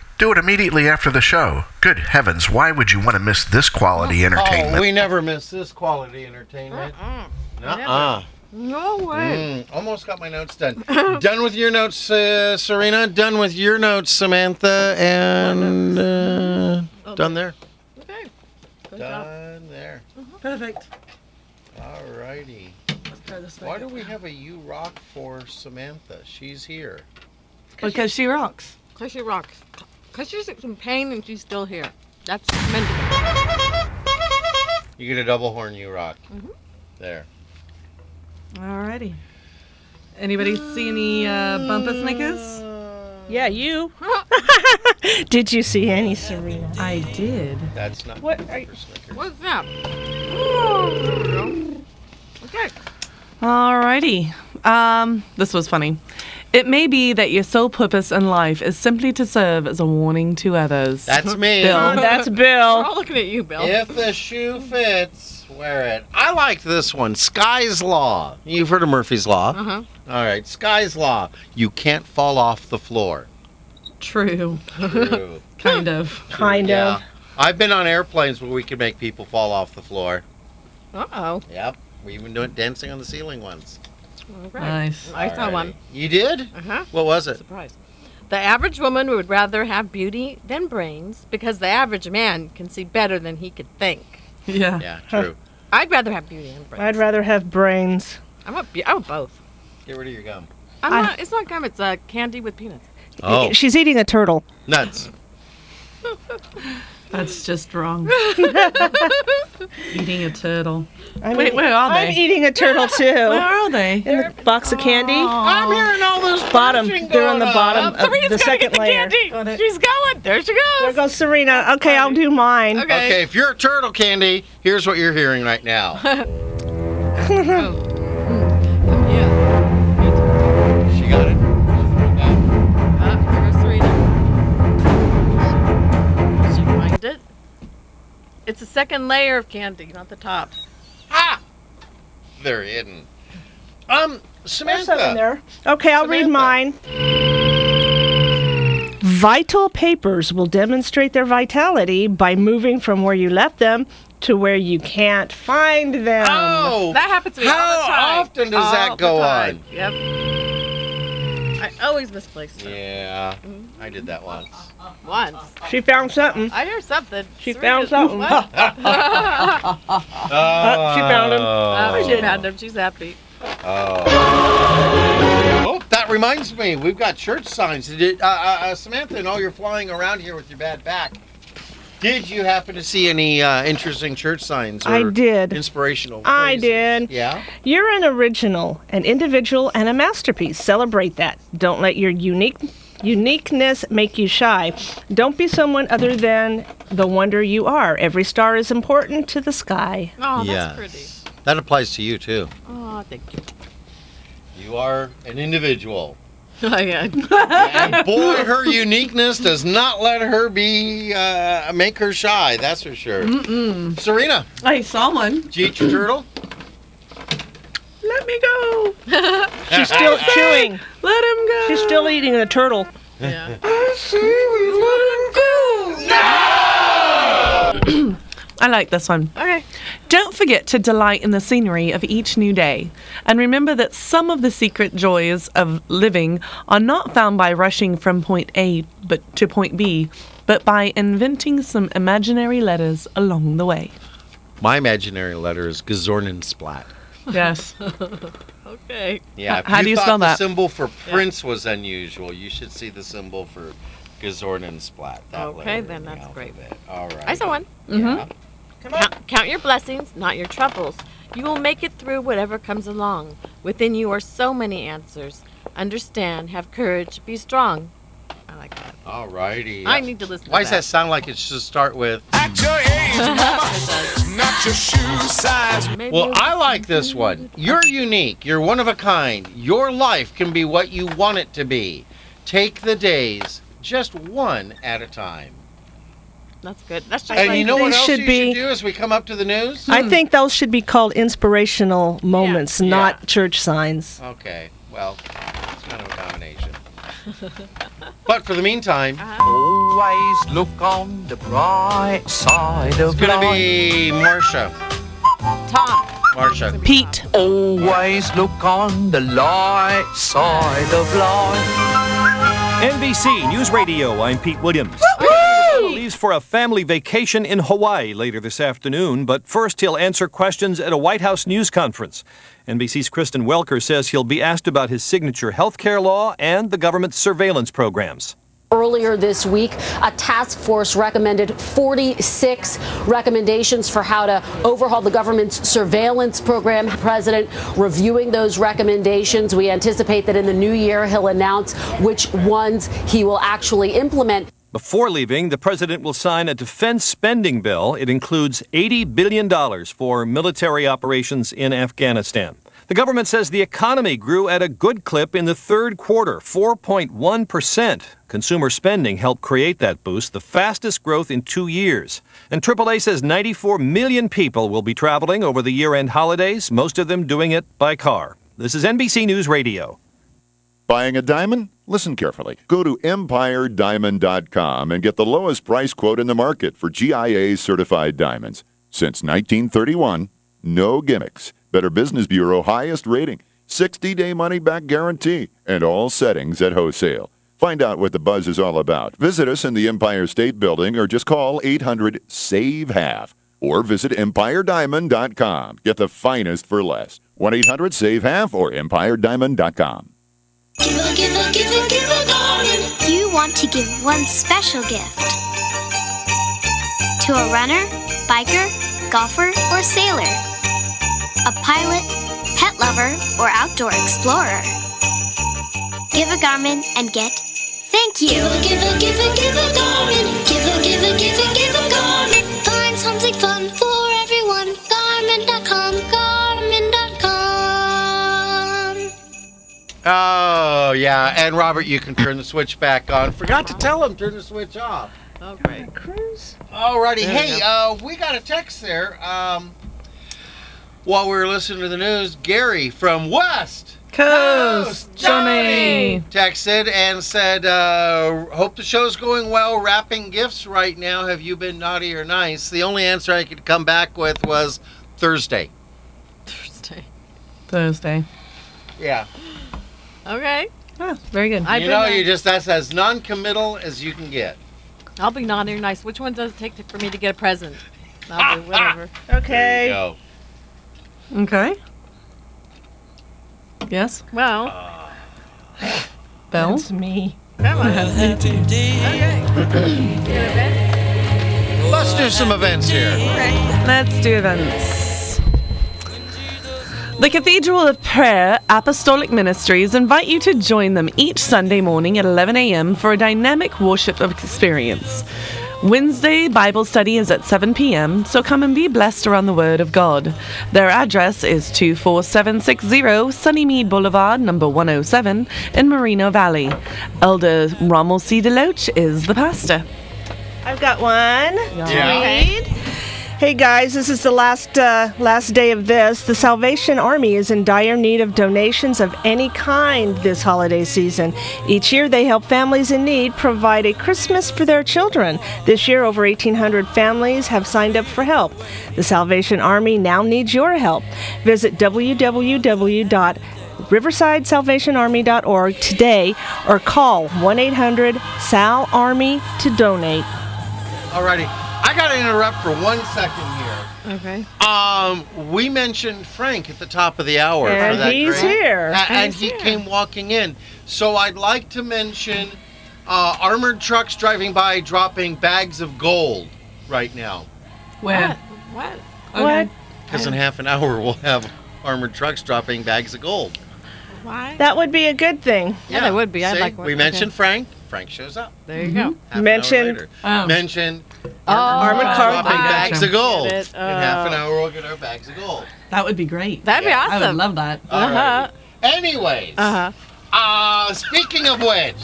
Speaker 10: Do it immediately after the show. Good heavens, why would you want to miss this
Speaker 11: Oh,
Speaker 10: quality entertainment?
Speaker 3: Oh, we never miss this quality entertainment. Uh-uh.
Speaker 2: No way.
Speaker 3: Mm, almost got my notes done. done with your notes, uh, Serena. Done with your notes, Samantha. And uh, done there.
Speaker 2: Okay. Good job.
Speaker 3: Done there.
Speaker 4: Perfect.
Speaker 3: All righty.
Speaker 4: Let's try this
Speaker 3: Why do we have a U Rock for Samantha? She's here.
Speaker 4: Because she rocks.
Speaker 2: Cause she rocks. Cause she's in pain and she's still here. That's commendable.
Speaker 3: You get a double horn U Rock. There.
Speaker 4: Alrighty. Anybody see any uh, bumper snickers?
Speaker 1: Yeah, you. Did you see any Serena?
Speaker 4: I did.
Speaker 3: That's not
Speaker 1: What are
Speaker 3: for Snickers.
Speaker 2: What's that? Oh, there we go. Okay.
Speaker 4: Alrighty. Um, this was funny. It may be that your sole purpose in life is simply to serve as a warning to others.
Speaker 3: That's me.
Speaker 4: Bill.
Speaker 1: That's
Speaker 2: We're
Speaker 4: Oh,
Speaker 1: Bill.
Speaker 2: all looking at you, Bill.
Speaker 3: If the shoe fits, wear it. I like this one. Sky's Law. You've heard of Murphy's Law.
Speaker 2: Uh-huh.
Speaker 3: All right. Sky's Law. You can't fall off the floor.
Speaker 4: True.
Speaker 3: True.
Speaker 4: Kind of.
Speaker 1: Kind
Speaker 3: yeah.
Speaker 1: of.
Speaker 3: I've been on airplanes where we could make people fall off the floor.
Speaker 2: Uh oh.
Speaker 3: Yep. We even doing dancing on the ceiling once.
Speaker 2: All right.
Speaker 4: Nice.
Speaker 2: I saw
Speaker 3: Alrighty.
Speaker 2: one.
Speaker 3: You did?
Speaker 2: Uh huh.
Speaker 3: What was it?
Speaker 2: Surprise. The average woman would rather have beauty than brains because the average man can see better than he could think.
Speaker 4: Yeah.
Speaker 3: Yeah, true.
Speaker 2: I'd rather have beauty than brains.
Speaker 1: I'd rather have brains.
Speaker 2: I want, be- I want both.
Speaker 3: Get rid of your gum.
Speaker 2: I'm
Speaker 4: I-
Speaker 2: not, it's not gum, it's uh, candy with peanuts.
Speaker 3: Oh,
Speaker 1: She's eating a turtle.
Speaker 3: nuts.
Speaker 2: Oh.
Speaker 4: That's just wrong. Eating a turtle.
Speaker 1: I'm
Speaker 4: Wait,
Speaker 1: eating-
Speaker 4: where are
Speaker 1: I'm
Speaker 4: they?
Speaker 1: eating a turtle
Speaker 4: Where
Speaker 1: too.
Speaker 4: are they?
Speaker 1: In the box of candy.
Speaker 3: Oh, I'm hearing all this
Speaker 1: Bottom.
Speaker 3: crunching
Speaker 1: They're on the
Speaker 3: going
Speaker 1: bottom
Speaker 3: on.
Speaker 1: of the second layer.
Speaker 2: Candy. She's going. There she
Speaker 1: There
Speaker 2: goes.
Speaker 1: goes Serena. Okay, I'll do mine.
Speaker 2: Okay.
Speaker 3: Okay, if you're a turtle candy, here's what you're hearing right now.
Speaker 2: Yeah.
Speaker 3: She got it.
Speaker 2: Uh, there goes Serena. Did you find it? It's the second layer of candy, not the top.
Speaker 3: Ah! They're hidden. Um,
Speaker 1: There's something there. Okay, I'll read mine. Vital papers will demonstrate their vitality by moving from where you left them to where you can't find them.
Speaker 3: Oh,
Speaker 2: um, That happens to me all the time.
Speaker 3: often does that
Speaker 2: All the
Speaker 3: go
Speaker 2: time.
Speaker 3: on?
Speaker 2: Yep. I always misplace them.
Speaker 3: Yeah, I did that once.
Speaker 2: Once.
Speaker 1: She found something.
Speaker 2: I hear something.
Speaker 1: She
Speaker 2: Serena,
Speaker 1: found something.
Speaker 2: what?
Speaker 1: Uh, she found him.
Speaker 2: Oh, she found him. She's happy.
Speaker 3: Oh. Oh, that reminds me, we've got church signs. Did, uh, uh, uh, Samantha, I know you're flying around here with your bad back. Did you happen to see any uh, interesting church signs? Or
Speaker 1: I did.
Speaker 3: Inspirational.
Speaker 1: I did.
Speaker 3: Yeah.
Speaker 1: You're an original, an individual, and a masterpiece. Celebrate that. Don't let your unique uniqueness make you shy. Don't be someone other than the wonder you are. Every star is important to the sky.
Speaker 2: Oh,
Speaker 3: Yes.
Speaker 2: that's pretty.
Speaker 3: That applies to you too.
Speaker 2: Oh, thank you.
Speaker 3: You are an individual.
Speaker 2: Oh, yeah.
Speaker 3: And boy, her uniqueness does not let her be uh, make her shy. That's for sure.
Speaker 4: Mm-mm.
Speaker 3: Serena,
Speaker 4: I saw one.
Speaker 3: did you eat your turtle?
Speaker 4: Let me go.
Speaker 1: She's still chewing.
Speaker 4: Let him go.
Speaker 1: She's still eating the turtle.
Speaker 2: Yeah.
Speaker 4: I like this one.
Speaker 2: Okay.
Speaker 4: Don't forget to delight in the scenery of each new day. And remember that some of the secret joys of living are not found by rushing from point A but to point B, but by inventing some imaginary letters along the way.
Speaker 3: My imaginary letter is Gazornin Splat.
Speaker 4: Yes.
Speaker 2: okay.
Speaker 3: Yeah.
Speaker 4: H-
Speaker 3: if
Speaker 4: how do you
Speaker 3: thought
Speaker 4: spell
Speaker 3: the
Speaker 4: that?
Speaker 3: symbol for Prince was unusual. You should see the symbol for Gazornin Splat. That letter
Speaker 2: Okay,
Speaker 3: in
Speaker 2: then
Speaker 3: the
Speaker 2: that's great.
Speaker 3: alphabet. All right.
Speaker 2: I saw one. Mm-hmm.
Speaker 3: Mhm.
Speaker 2: Come on. Count, count your blessings, not your troubles. You will make it through whatever comes along. Within you are so many answers. Understand, have courage, be strong. I like that.
Speaker 3: All righty.
Speaker 2: I need to listen to
Speaker 3: Why does that
Speaker 2: that.
Speaker 3: sound like it should start with?
Speaker 12: Not your shoe size.
Speaker 3: Well, I like this one. You're unique. You're one of a kind. Your life can be what you want it to be. Take the days just one at a time.
Speaker 2: That's good. That's just
Speaker 3: And
Speaker 2: like
Speaker 3: you know what
Speaker 1: They
Speaker 3: else
Speaker 1: should
Speaker 3: you
Speaker 1: be-
Speaker 3: should do as we come up to the news?
Speaker 1: I think those should be called inspirational moments, not church signs.
Speaker 3: Okay. Well, it's kind of a combination. But for the meantime,
Speaker 13: Always look on the bright side
Speaker 3: it's
Speaker 13: of
Speaker 3: going to
Speaker 13: life.
Speaker 3: be Marcia.
Speaker 2: Tom.
Speaker 3: Marcia.
Speaker 4: Pete.
Speaker 13: Always look on the light side of life.
Speaker 11: NBC News Radio, I'm Pete Williams. Leaves for a family vacation in Hawaii later this afternoon, but first he'll answer questions at a White House news conference. NBC's Kristen Welker says he'll be asked about his signature health care law and the government's surveillance programs.
Speaker 14: Earlier this week, a task force recommended 46 recommendations for how to overhaul the government's surveillance program. President reviewing those recommendations. We anticipate that in the new year, he'll announce which ones he will actually implement.
Speaker 11: Before leaving, the president will sign a defense spending bill. It includes $80 billion for military operations in Afghanistan. The government says the economy grew at a good clip in the third quarter, 4.1%. Consumer spending helped create that boost, the fastest growth in two years. And AAA says 94 million people will be traveling over the year end holidays, most of them doing it by car. This is NBC News Radio.
Speaker 15: Buying a diamond? Listen carefully. Go to EmpireDiamond.com and get the lowest price quote in the market for GIA certified diamonds. Since 1931, no gimmicks. Better Business Bureau highest rating, 60 day money back guarantee, and all settings at wholesale. Find out what the buzz is all about. Visit us in the Empire State Building or just call 800 SAVE HALF E or visit EmpireDiamond.com. Get the finest for less. 1 800 SAVE HALF E or EmpireDiamond.com.
Speaker 16: Give a, give a, give a, give a garden.
Speaker 6: You want to give one special gift to a runner, biker, golfer, or sailor, a pilot, pet lover, or outdoor explorer. Give a garment and get thank you.
Speaker 16: Give a, give a, give a, give a garden. Give a, give a, give a, give a garden.
Speaker 6: Find something fun for everyone. Garmin.com, Garmin.com.
Speaker 3: Oh, yeah. And Robert, you can turn the switch back on. Forgot to tell him, turn the switch off.
Speaker 2: Okay.
Speaker 1: Cruise.
Speaker 3: Alrighty,
Speaker 2: There we
Speaker 3: hey,
Speaker 2: go.
Speaker 3: uh, we got a text there. Um, While we were listening to the news, Gary from West
Speaker 4: Coast Johnny
Speaker 3: texted and said, uh, Hope the show's going well. Wrapping gifts right now. Have you been naughty or nice? The only answer I could come back with was Thursday.
Speaker 4: Thursday.
Speaker 3: Yeah.
Speaker 2: Okay.
Speaker 4: Ah, very good.
Speaker 2: I've
Speaker 3: you
Speaker 2: been
Speaker 3: know,
Speaker 2: nice.
Speaker 3: you just, that's as non committal as you can get.
Speaker 2: I'll be naughty or nice. Which one does it take to, for me to get a present? I'll do whatever.
Speaker 3: There you go.
Speaker 4: Okay. Yes.
Speaker 2: Well.
Speaker 4: Bell.
Speaker 1: That's me.
Speaker 3: Let's do some events here.
Speaker 4: Let's do events. The Cathedral of Prayer Apostolic Ministries invite you to join them each Sunday morning at 11 a.m. for a dynamic worship of experience. Wednesday Bible study is at 7 p.m., so come and be blessed around the Word of God. Their address is 24760 Sunnymead Boulevard, number 107, in Merino Valley. Elder Rommel C. DeLoach is the pastor.
Speaker 1: I've got one. to
Speaker 4: Yeah.
Speaker 1: read. Hey guys, this is the last uh, last day of this. The Salvation Army is in dire need of donations of any kind this holiday season. Each year, they help families in need provide a Christmas for their children. This year, over 1,800 families have signed up for help. The Salvation Army now needs your help. Visit www riversidesalvationarmy.org today or call 1-800-SAL-ARMY to donate.
Speaker 3: Alrighty. I got to interrupt for one second here.
Speaker 2: Okay.
Speaker 3: Um, we mentioned Frank at the top of the hour. for
Speaker 1: And
Speaker 3: that
Speaker 1: he's
Speaker 3: great-
Speaker 1: here.
Speaker 3: A- And,
Speaker 1: And
Speaker 3: he came walking in. So I'd like to mention uh, armored trucks driving by dropping bags of gold right now.
Speaker 4: Where?
Speaker 2: What?
Speaker 1: What?
Speaker 3: Because in half an hour we'll have armored trucks dropping bags of gold.
Speaker 2: Why?
Speaker 1: That would be a good thing.
Speaker 2: Yeah, that would be. I'd
Speaker 3: See?
Speaker 2: like one.
Speaker 3: We
Speaker 2: Okay.
Speaker 3: mentioned Frank. Frank shows up.
Speaker 2: There you go.
Speaker 3: Half an hour
Speaker 1: Mentioned-
Speaker 3: later.
Speaker 1: Oh.
Speaker 3: Mentioned
Speaker 1: Oh,
Speaker 3: armored
Speaker 1: I
Speaker 3: car dropping
Speaker 1: gotcha.
Speaker 3: bags of gold.
Speaker 1: Get
Speaker 3: In
Speaker 1: it.
Speaker 3: half an
Speaker 1: Oh.
Speaker 3: hour we'll get our bags of gold.
Speaker 4: That would be great.
Speaker 2: That'd be awesome.
Speaker 4: that.
Speaker 3: Alrighty.
Speaker 2: Uh-huh.
Speaker 3: Anyways,
Speaker 2: Uh-huh.
Speaker 3: uh, speaking of which,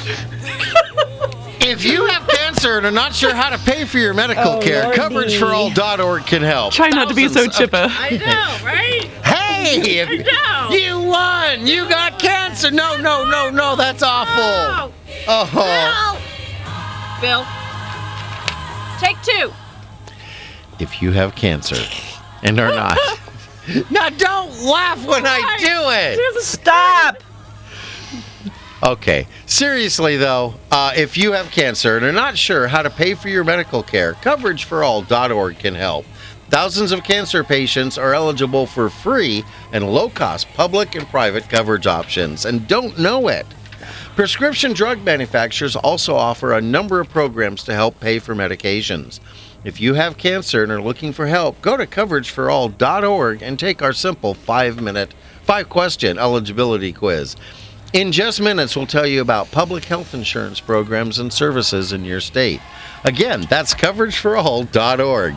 Speaker 3: if you have cancer and are not sure how to pay for your medical
Speaker 5: Oh,
Speaker 3: care,
Speaker 5: Lordy.
Speaker 3: coverageforall.org can help.
Speaker 5: Try not to be so
Speaker 3: Thousands of-
Speaker 5: chipper.
Speaker 2: know, right?
Speaker 3: Hey, if
Speaker 2: I know.
Speaker 3: you won. You got cancer. No, no, no, no. That's awful. Oh.
Speaker 2: Bill. Take two.
Speaker 3: If you have cancer and are not, now don't laugh when I do it.
Speaker 1: Stop!
Speaker 3: Okay. Seriously, though, uh, if you have cancer and are not sure how to pay for your medical care, coverageforall.org can help. Thousands of cancer patients are eligible for free and low cost public and private coverage options and don't know it. Prescription drug manufacturers also offer a number of programs to help pay for medications. If you have cancer and are looking for help, go to coverageforall.org and take our simple five minute, five question eligibility quiz. In just minutes, we'll tell you about public health insurance programs and services in your state. Again, that's coverageforall.org.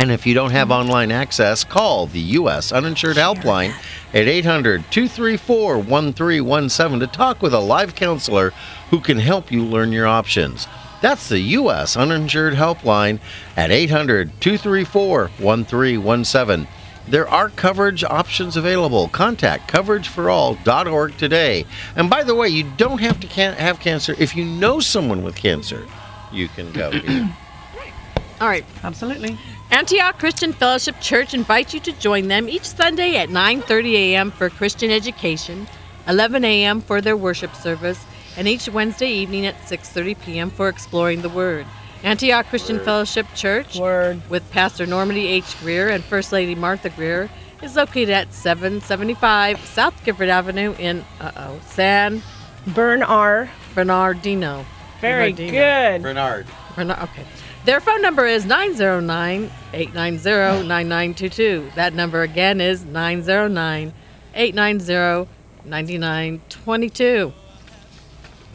Speaker 3: And if you don't have online access, call the U.S. Uninsured Helpline at 800 234 1317 to talk with a live counselor who can help you learn your options. That's the U.S. Uninsured Helpline at 800 234 1317. There are coverage options available. Contact coverageforall.org today. And by the way, you don't have to can- have cancer. If you know someone with cancer, you can go here.
Speaker 2: All right.
Speaker 4: Absolutely.
Speaker 2: Antioch Christian Fellowship Church invites you to join them each Sunday at 9:30 a.m. for Christian education, 11 a.m. for their worship service, and each Wednesday evening at 6:30 p.m. for exploring the Word. Antioch Christian
Speaker 17: Word.
Speaker 2: Fellowship Church, with Pastor Normandy H. Greer and First Lady Martha Greer, is located at 775 South Gifford Avenue in uh-oh San
Speaker 1: Bernard
Speaker 2: Bernardino.
Speaker 1: Very
Speaker 2: Bernardino.
Speaker 1: good.
Speaker 3: Bernard.
Speaker 2: Bernard. Okay. Their phone number is 909 890 9922. That number again is 909 890 9922.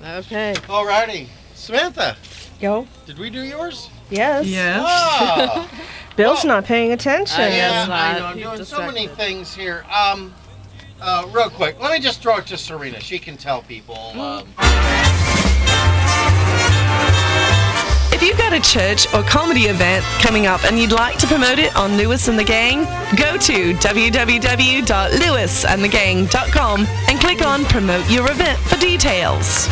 Speaker 2: Okay.
Speaker 3: Alrighty. Samantha.
Speaker 1: Go.
Speaker 3: Did we do yours?
Speaker 1: Yes.
Speaker 3: Yes. Ah.
Speaker 1: Bill's not paying attention.
Speaker 3: yeah, I know. I'm doing so many things here. Um, uh, real quick, let me just throw it to Serena. She can tell people. Um,
Speaker 9: If If you've got a church or comedy event coming up and you'd like to promote it on Lewis and the Gang, go to www.lewisandthegang.com and click on Promote Your Event for details.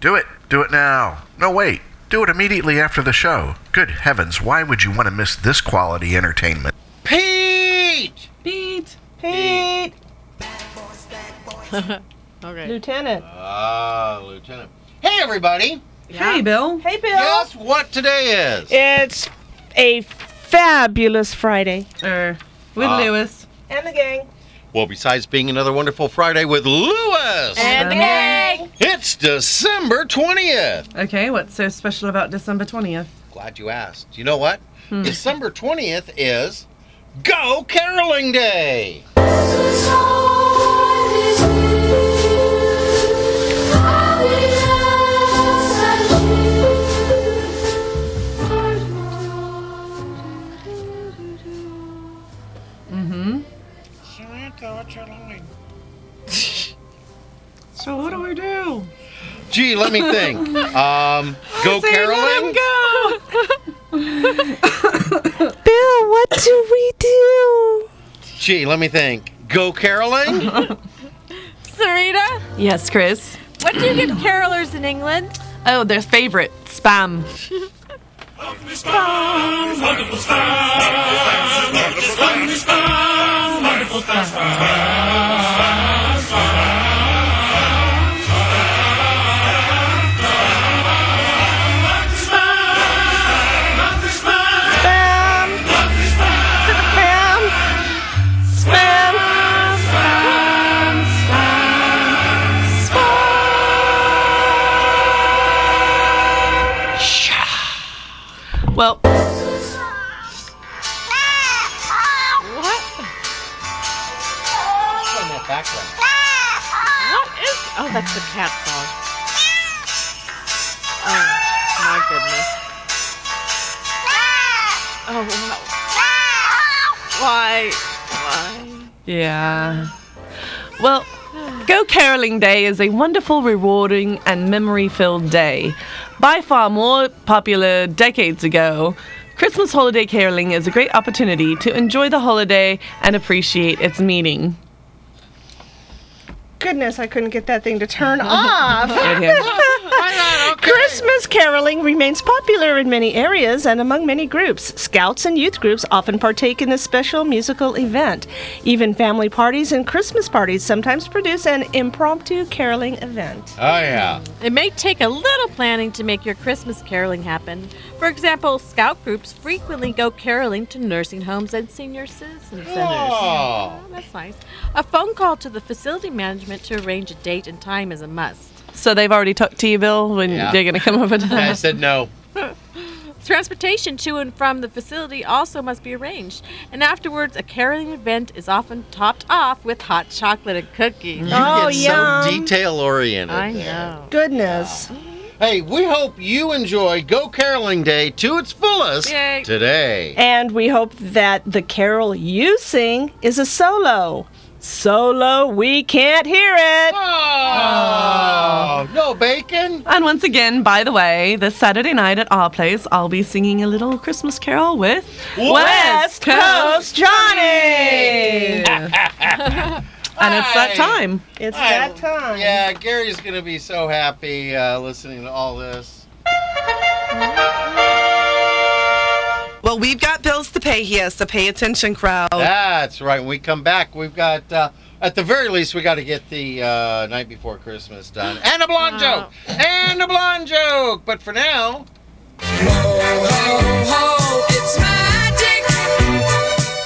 Speaker 10: Do it. Do it now. No, wait. Do it immediately after the show. Good heavens, why would you want to miss this quality entertainment?
Speaker 3: Pete!
Speaker 1: Pete! Pete!
Speaker 2: okay.
Speaker 1: Lieutenant.
Speaker 3: Ah, Lieutenant. Hey, everybody.
Speaker 1: Hey, Bill. Hey, Bill. Guess
Speaker 3: what today is?
Speaker 1: It's a fabulous Friday.
Speaker 4: Er,
Speaker 3: with Ah.
Speaker 4: Lewis.
Speaker 1: And the gang.
Speaker 3: Well, besides being another wonderful Friday with Lewis,
Speaker 1: And the gang.
Speaker 3: it's December 20th.
Speaker 4: Okay, what's so special about December 20th?
Speaker 3: Glad you asked. You know what?
Speaker 1: Hmm.
Speaker 3: December 20th is Go Caroling Day.
Speaker 4: Mm-hmm.
Speaker 5: Samantha, what's your line?
Speaker 4: So what do we do?
Speaker 3: Gee, let me think. Um, go caroling?
Speaker 1: Bill, what do we do?
Speaker 3: Gee, let me think. Go caroling?
Speaker 2: Sarita,
Speaker 4: Yes, Chris.
Speaker 2: what do you get carolers in England?
Speaker 4: Oh, their favorite spam.
Speaker 5: Wonderful stars, wonderful stars, wonderful stars, wonderful stars, stars,
Speaker 4: Well,
Speaker 2: What?
Speaker 3: Turn that back on.
Speaker 2: What is? Oh, that's the cat song. Oh my goodness. Oh wow. Why? Why?
Speaker 4: yeah. Well, Go Caroling Day is a wonderful, rewarding, and memory filled day. By far more popular decades ago, Christmas holiday caroling is a great opportunity to enjoy the holiday and appreciate its meaning.
Speaker 1: Goodness, I couldn't get that thing to turn off.
Speaker 4: Right here.
Speaker 1: Christmas caroling remains popular in many areas and among many groups. Scouts and youth groups often partake in this special musical event. Even family parties and Christmas parties sometimes produce an impromptu caroling event.
Speaker 3: Oh, yeah.
Speaker 2: It may take a little planning to make your Christmas caroling happen. For example, scout groups frequently go caroling to nursing homes and senior citizen centers.
Speaker 3: Oh.
Speaker 2: Oh, that's nice. A phone call to the facility management to arrange a date and time is a must.
Speaker 4: So they've already talked to you, Bill, when
Speaker 3: Yeah.
Speaker 4: they're going to come over to
Speaker 3: I said no.
Speaker 2: Transportation to and from the facility also must be arranged, and afterwards, a caroling event is often topped off with hot chocolate and cookies.
Speaker 3: You
Speaker 1: Oh,
Speaker 3: get
Speaker 1: yum.
Speaker 3: so detail oriented.
Speaker 2: I know.
Speaker 1: Goodness.
Speaker 3: Hey, we hope you enjoy Go Caroling Day to its fullest
Speaker 2: Yay.
Speaker 3: today.
Speaker 1: And we hope that the carol you sing is a solo. Solo, we can't hear it.
Speaker 3: Oh, no bacon?
Speaker 4: And once again, by the way, this Saturday night at our place, I'll be singing a little Christmas carol with
Speaker 1: West Coast Johnny.
Speaker 4: And it's
Speaker 3: Hi.
Speaker 4: that time.
Speaker 1: It's
Speaker 3: I-
Speaker 1: that time.
Speaker 3: Yeah, Gary's going to be so happy uh, listening to all this.
Speaker 9: Well, we've got bills to pay here, so pay attention, crowd.
Speaker 3: That's right. When we come back, we've got, uh, at the very least, we got to get the uh, night before Christmas done. And a blonde joke. And a blonde joke. But for now,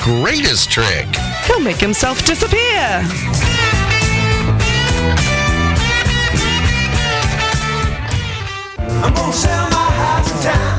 Speaker 15: greatest trick.
Speaker 9: He'll make himself disappear.
Speaker 5: I'm gonna sell my house in town.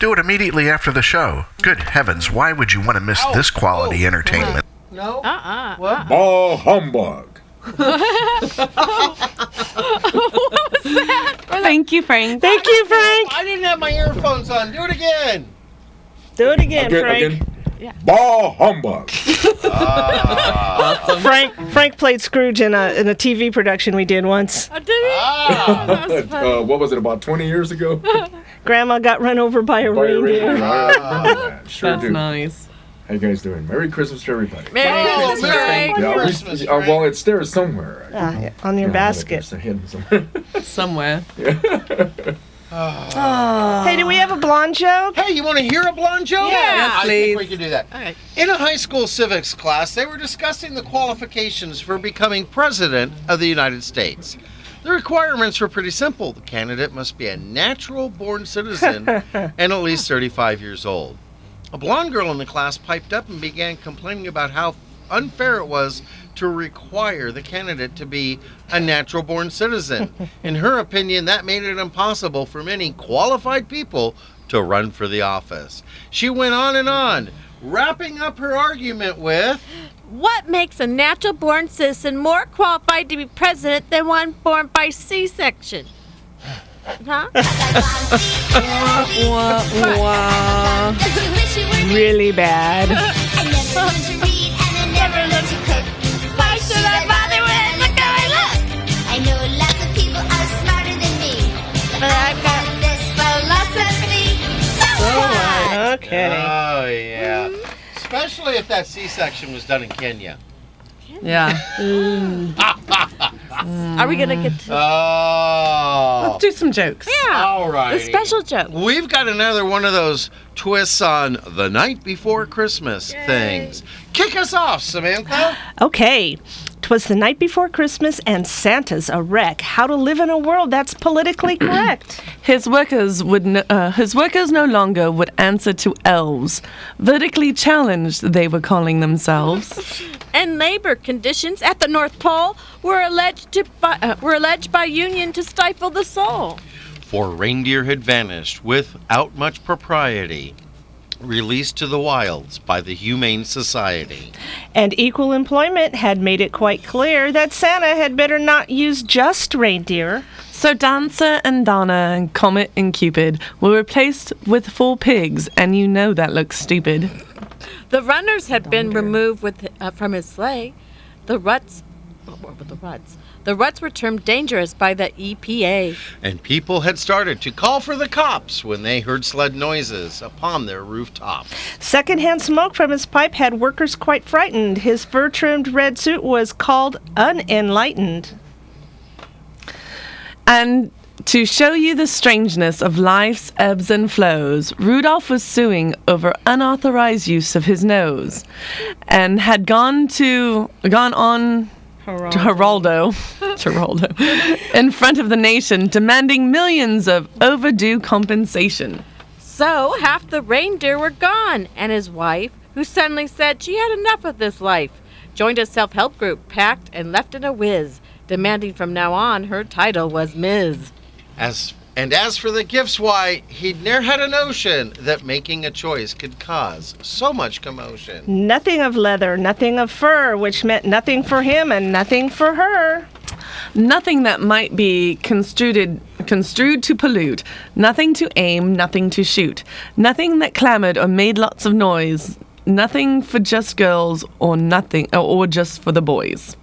Speaker 10: Do it immediately after the show. Good heavens, why would you want to
Speaker 3: oh,
Speaker 10: miss this quality entertainment?
Speaker 2: No. Uh-uh. What?
Speaker 10: More humbug.
Speaker 4: Thank you, Frank.
Speaker 1: Thank you, Frank.
Speaker 3: I didn't have my earphones on. Do it again.
Speaker 1: Do it again, Frank.
Speaker 18: Ball humbug.
Speaker 1: Frank Frank played Scrooge in a in a TV production we did once.
Speaker 3: Ah,
Speaker 18: uh, what was it, about 20 years ago?
Speaker 1: Grandma got run over by a
Speaker 18: By a
Speaker 1: reindeer.
Speaker 18: reindeer. I remember that. Sure
Speaker 1: That's
Speaker 18: do. nice. Ah, How you guys doing? Merry Christmas to everybody.
Speaker 1: Merry Oh, Christmas, Merry Frank.
Speaker 18: Yeah, we-
Speaker 1: Christmas,
Speaker 18: uh, well, it's there somewhere.
Speaker 1: Ah, yeah, on your basket.
Speaker 4: Somewhere.
Speaker 1: Hey, do we have a blonde joke?
Speaker 3: Hey, you want to hear a blonde joke?
Speaker 1: Yeah,
Speaker 3: I
Speaker 1: please.
Speaker 3: think we can do that. In a high school civics class, they were discussing the qualifications for becoming president of the United States. The requirements were pretty simple. The candidate must be a natural born citizen and at least 35 years old. A blonde girl in the class piped up and began complaining about how unfair it was to require the candidate to be a natural born citizen. In her opinion, that made it impossible for many qualified people to run for the office. She went on and on, wrapping up her argument with
Speaker 2: What makes a natural born citizen more qualified to be president than one born by C section? Huh?
Speaker 1: Really bad.
Speaker 6: Why should I bother when look how I look? I know lots of people are smarter than me, but I've got this philosophy. So what?
Speaker 1: Okay.
Speaker 3: Oh, yeah. Especially if that C section was done in Kenya.
Speaker 4: Yeah.
Speaker 2: Are we gonna get to
Speaker 3: Oh.
Speaker 4: Let's do some jokes.
Speaker 2: Yeah.
Speaker 3: All right.
Speaker 2: The special joke.
Speaker 3: We've got another one of those twists on the night before Christmas things. Kick us off, Samantha.
Speaker 1: Okay. 'Twas the night before Christmas and Santa's a wreck. How to live in a world that's politically correct.
Speaker 4: His workers would no, uh, his workers no longer would answer to elves, vertically challenged they were calling themselves.
Speaker 2: And labor conditions at the North Pole were alleged to by, uh, were alleged by union to stifle the soul.
Speaker 3: For reindeer had vanished without much propriety, released to the wilds by the Humane Society.
Speaker 1: And equal employment had made it quite clear that Santa had better not use just reindeer.
Speaker 4: So Dancer and Donna and Comet and Cupid were replaced with four pigs, and you know that looks stupid.
Speaker 2: The runners had been removed with, uh, from his sleigh. The ruts, what were the ruts? The ruts were termed dangerous by the E EPA.
Speaker 3: And people had started to call for the cops when they heard sled noises upon their rooftop.
Speaker 1: Secondhand smoke from his pipe had workers quite frightened. His fur trimmed red suit was called unenlightened.
Speaker 4: And to show you the strangeness of life's ebbs and flows, Rudolph was suing over unauthorized use of his nose, and had gone to gone on. to Geraldo, Geraldo, in front of the nation, demanding millions of overdue compensation.
Speaker 2: So half the reindeer were gone, and his wife, who suddenly said she had enough of this life, joined a self help group, packed, and left in a whiz, demanding from now on her title was Ms.
Speaker 3: As and as for the gifts, why he'd ne'er had a notion that making a choice could cause so much commotion.
Speaker 1: Nothing of leather, nothing of fur, which meant nothing for him and nothing for her.
Speaker 4: Nothing that might be construed construed to pollute, nothing to aim, nothing to shoot, nothing that clamored or made lots of noise, nothing for just girls or nothing or- or just for the boys.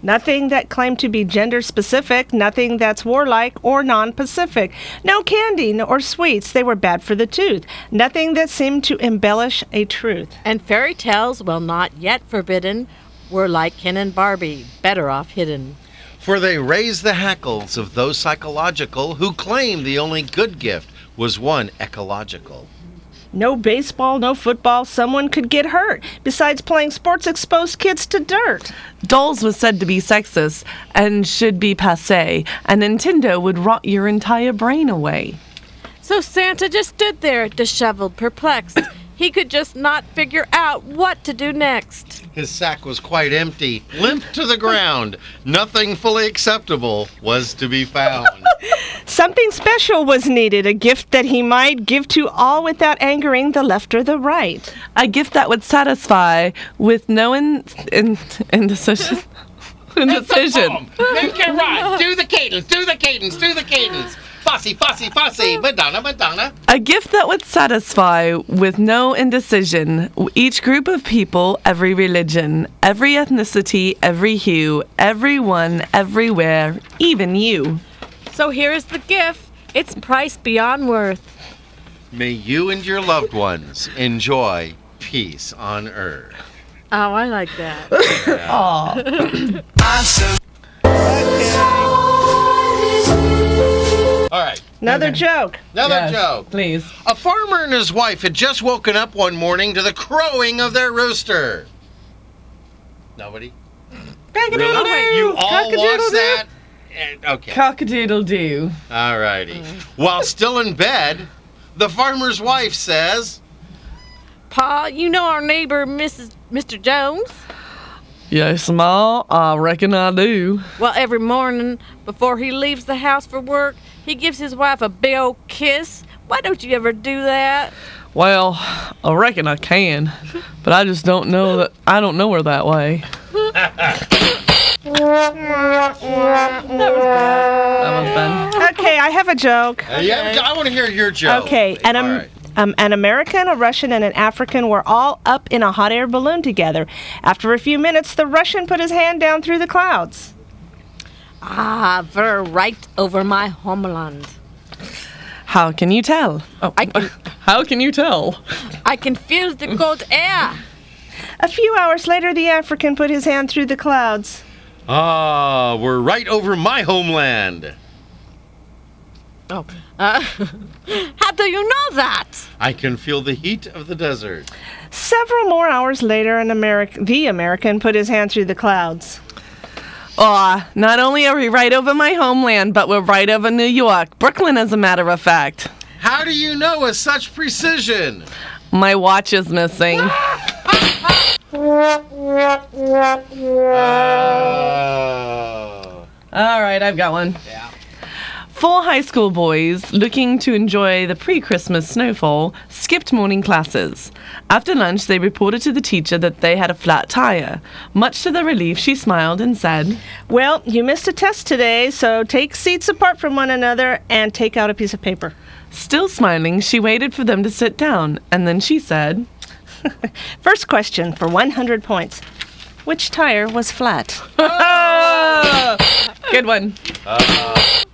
Speaker 1: Nothing that claimed to be gender specific, nothing that's warlike or non Pacific. No candy n- or sweets, they were bad for the tooth. Nothing that seemed to embellish a truth.
Speaker 2: And fairy tales, while not yet forbidden, were like Ken and Barbie, better off hidden.
Speaker 3: For they raise the hackles of those psychological who claim the only good gift was one ecological.
Speaker 1: No baseball, no football, someone could get hurt. Besides playing sports, exposed kids to dirt.
Speaker 4: Dolls was said to be sexist and should be passe, and Nintendo would rot your entire brain away.
Speaker 2: So Santa just stood there, disheveled, perplexed. he could just not figure out what to do next.
Speaker 3: His sack was quite empty, limp to the ground. Nothing fully acceptable was to be found.
Speaker 1: Something special was needed, a gift that he might give to all without angering the left or the right.
Speaker 4: A gift that would satisfy with no in, in, indecision. indecision.
Speaker 3: Make it right. Do the cadence. Do the cadence. Do the cadence. Fussy, fussy, fussy. Madonna, Madonna.
Speaker 4: A gift that would satisfy with no indecision each group of people, every religion, every ethnicity, every hue, everyone, everywhere, even you.
Speaker 2: So here is the gift. It's priced beyond worth.
Speaker 3: May you and your loved ones enjoy peace on earth.
Speaker 2: Oh, I like that. Aw.
Speaker 3: All right.
Speaker 1: Another joke.
Speaker 3: Another joke.
Speaker 4: Please.
Speaker 3: A farmer and his wife had just woken up one morning to the crowing of their rooster. Nobody?
Speaker 4: Cock-a-doodle-doo.
Speaker 3: You all watched that? And- Okay.
Speaker 4: Cockadoodle doo.
Speaker 3: All righty. While still in bed, the farmer's wife says,
Speaker 2: Pa, you know our neighbor, Mrs. Mr. Jones.
Speaker 4: Yes, Ma, I reckon I do.
Speaker 2: Well, every morning before he leaves the house for work, he gives his wife a big old kiss. Why don't you ever do that?
Speaker 4: Well, I reckon I can, but I just don't know that I don't know her that way.
Speaker 1: Okay, I have a joke.
Speaker 3: Uh, yeah, I want to hear your joke.
Speaker 1: Okay, and um, um, an American, a Russian, and an African were all up in a hot air balloon together. After a few minutes, the Russian put his hand down through the clouds.
Speaker 2: Ah, ver right over my homeland.
Speaker 4: How can you tell? Oh, how can you tell?
Speaker 2: I can feel the cold air.
Speaker 1: A few hours later, the African put his hand through the clouds.
Speaker 3: Ah, we're right over my homeland.
Speaker 2: Oh. Uh, how do you know that?
Speaker 3: I can feel the heat of the desert.
Speaker 1: Several more hours later, an Americ- the American put his hand through the clouds.
Speaker 4: Aw, not only are we right over my homeland, but we're right over New York, Brooklyn, as a matter of fact.
Speaker 3: How do you know with such precision?
Speaker 4: My watch is missing.
Speaker 3: Ah.
Speaker 4: All right, I've got one. Yeah. Four high school boys looking to enjoy the pre Christmas snowfall skipped morning classes. After lunch, they reported to the teacher that they had a flat tire. Much to their relief, she smiled and said,
Speaker 1: Well, you missed a test today, so take seats apart from one another and take out a piece of paper.
Speaker 4: Still smiling, she waited for them to sit down, and then she said,
Speaker 1: First question for 100 points Which tire was flat?
Speaker 4: Good one.
Speaker 3: Uh,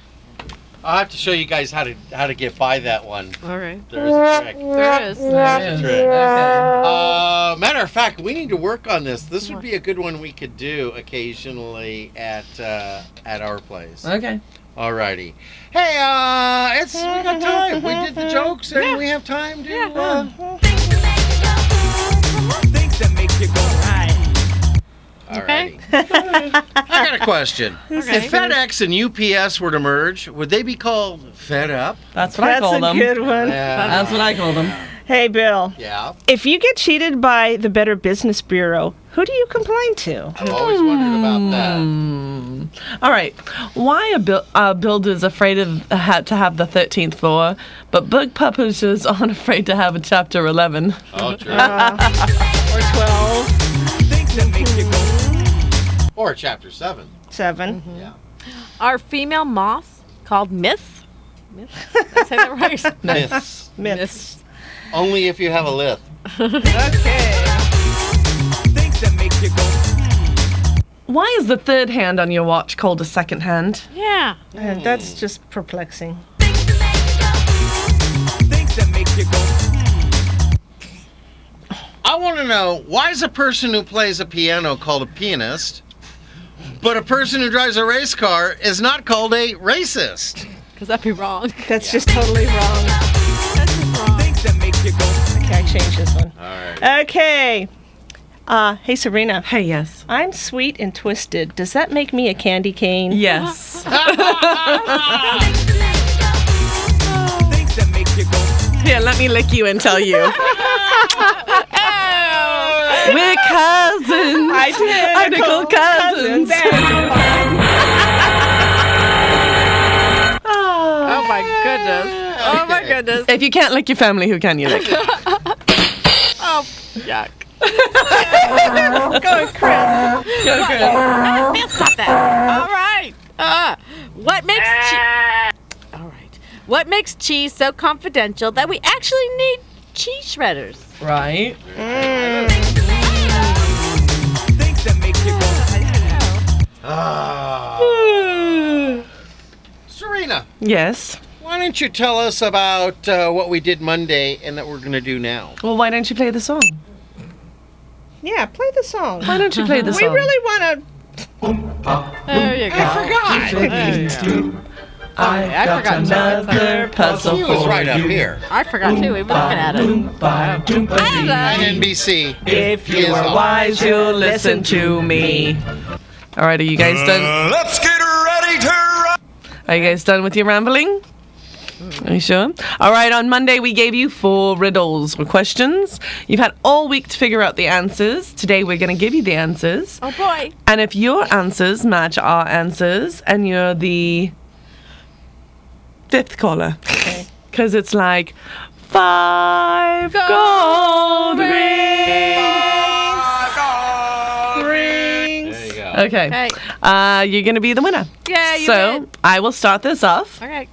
Speaker 3: I'll have to show you guys how to how to get by that one.
Speaker 2: All right.
Speaker 3: There is a trick.
Speaker 2: There is.
Speaker 3: There is a trick. Uh, matter of fact, we need to work on this. This would be a good one we could do occasionally at uh, at our place.
Speaker 4: Okay.
Speaker 3: Alrighty. Hey, uh, it's we got time. We did the jokes, and we have time to. Uh,
Speaker 5: Things that make you go high.
Speaker 3: Alrighty. I got a question.
Speaker 5: Okay.
Speaker 3: If FedEx and UPS were to merge, would they be called Fed Up?
Speaker 4: That's
Speaker 1: what I That's call a them. good one. That's
Speaker 4: what I call them.
Speaker 1: hey, Bill.
Speaker 3: Yeah.
Speaker 1: If you get cheated by the Better Business Bureau, who do you complain to?
Speaker 3: I've always wondered about
Speaker 5: Hmm.
Speaker 3: that.
Speaker 4: All right. Why are buil- uh, builders afraid of ha- to have the 13th floor, but book publishers aren't afraid to have a chapter 11?
Speaker 3: Oh, true.
Speaker 1: or 12.
Speaker 5: Things that make you go
Speaker 3: Or chapter 7.
Speaker 1: 7.
Speaker 3: Yeah.
Speaker 2: Are female moths called myths? Myths? Did I say that right?
Speaker 3: Myths.
Speaker 1: Myths.
Speaker 3: Only if you have a lith.
Speaker 5: Things that make you go
Speaker 4: Why is the third hand on your watch called a second hand?
Speaker 2: Yeah.
Speaker 1: that's just perplexing.
Speaker 5: Things that make you go
Speaker 3: I want to know why is a person who plays a piano called a pianist, but a person who drives a race car is not called a racist?
Speaker 2: Because that'd be wrong.
Speaker 1: That's just totally wrong.
Speaker 5: Things that make you go
Speaker 1: Okay, I changed this one.
Speaker 3: Alright.
Speaker 1: Okay. Uh, hey, Serena.
Speaker 4: Hey, yes.
Speaker 1: I'm sweet and twisted. Does that make me a candy cane?
Speaker 4: Yes.
Speaker 5: Things that make you go
Speaker 4: Here, let me lick you and tell you. We're cousins. Identical cousins.
Speaker 2: Oh my goodness. Oh my goodness.
Speaker 4: If you can't lick your family, who can you lick?
Speaker 2: Oh, yuck.
Speaker 1: Go, Chris.
Speaker 2: Go, Chris. Bill, stop that. All right. Uh, what makes cheese? All right. What makes cheese so confidential that we actually need cheese shredders?
Speaker 4: Right.
Speaker 5: Things that make you go
Speaker 3: Ah. Serena,
Speaker 4: Yes.
Speaker 3: why don't you tell us about uh, what we did Monday and that we're going to do now?
Speaker 4: Well, why don't you play the song?
Speaker 1: Yeah, play the song.
Speaker 4: Why don't you play the
Speaker 1: We
Speaker 4: song?
Speaker 1: really want to.
Speaker 2: There you go.
Speaker 3: I
Speaker 4: I
Speaker 2: forgot
Speaker 4: another puzzle
Speaker 3: He was right up here.
Speaker 2: I forgot too. We were looking at it.
Speaker 3: And NBC.
Speaker 4: If
Speaker 3: you are
Speaker 4: wise, you'll listen to me. All right, are you guys done?
Speaker 5: Uh, Let's get ready to run
Speaker 4: Are you guys done with your rambling? Are you sure? All right, on Monday we gave you four riddles or questions. You've had all week to figure out the answers. Today we're going to give you the answers.
Speaker 2: Oh boy.
Speaker 4: And if your answers match our answers and you're the fifth caller, because it's like five gold rings.
Speaker 1: Rings.
Speaker 3: There you go.
Speaker 4: Okay.
Speaker 2: Okay.
Speaker 4: Uh, you're going to be the winner.
Speaker 2: Yeah, you
Speaker 4: so
Speaker 2: win.
Speaker 4: I will start this off.
Speaker 2: Okay.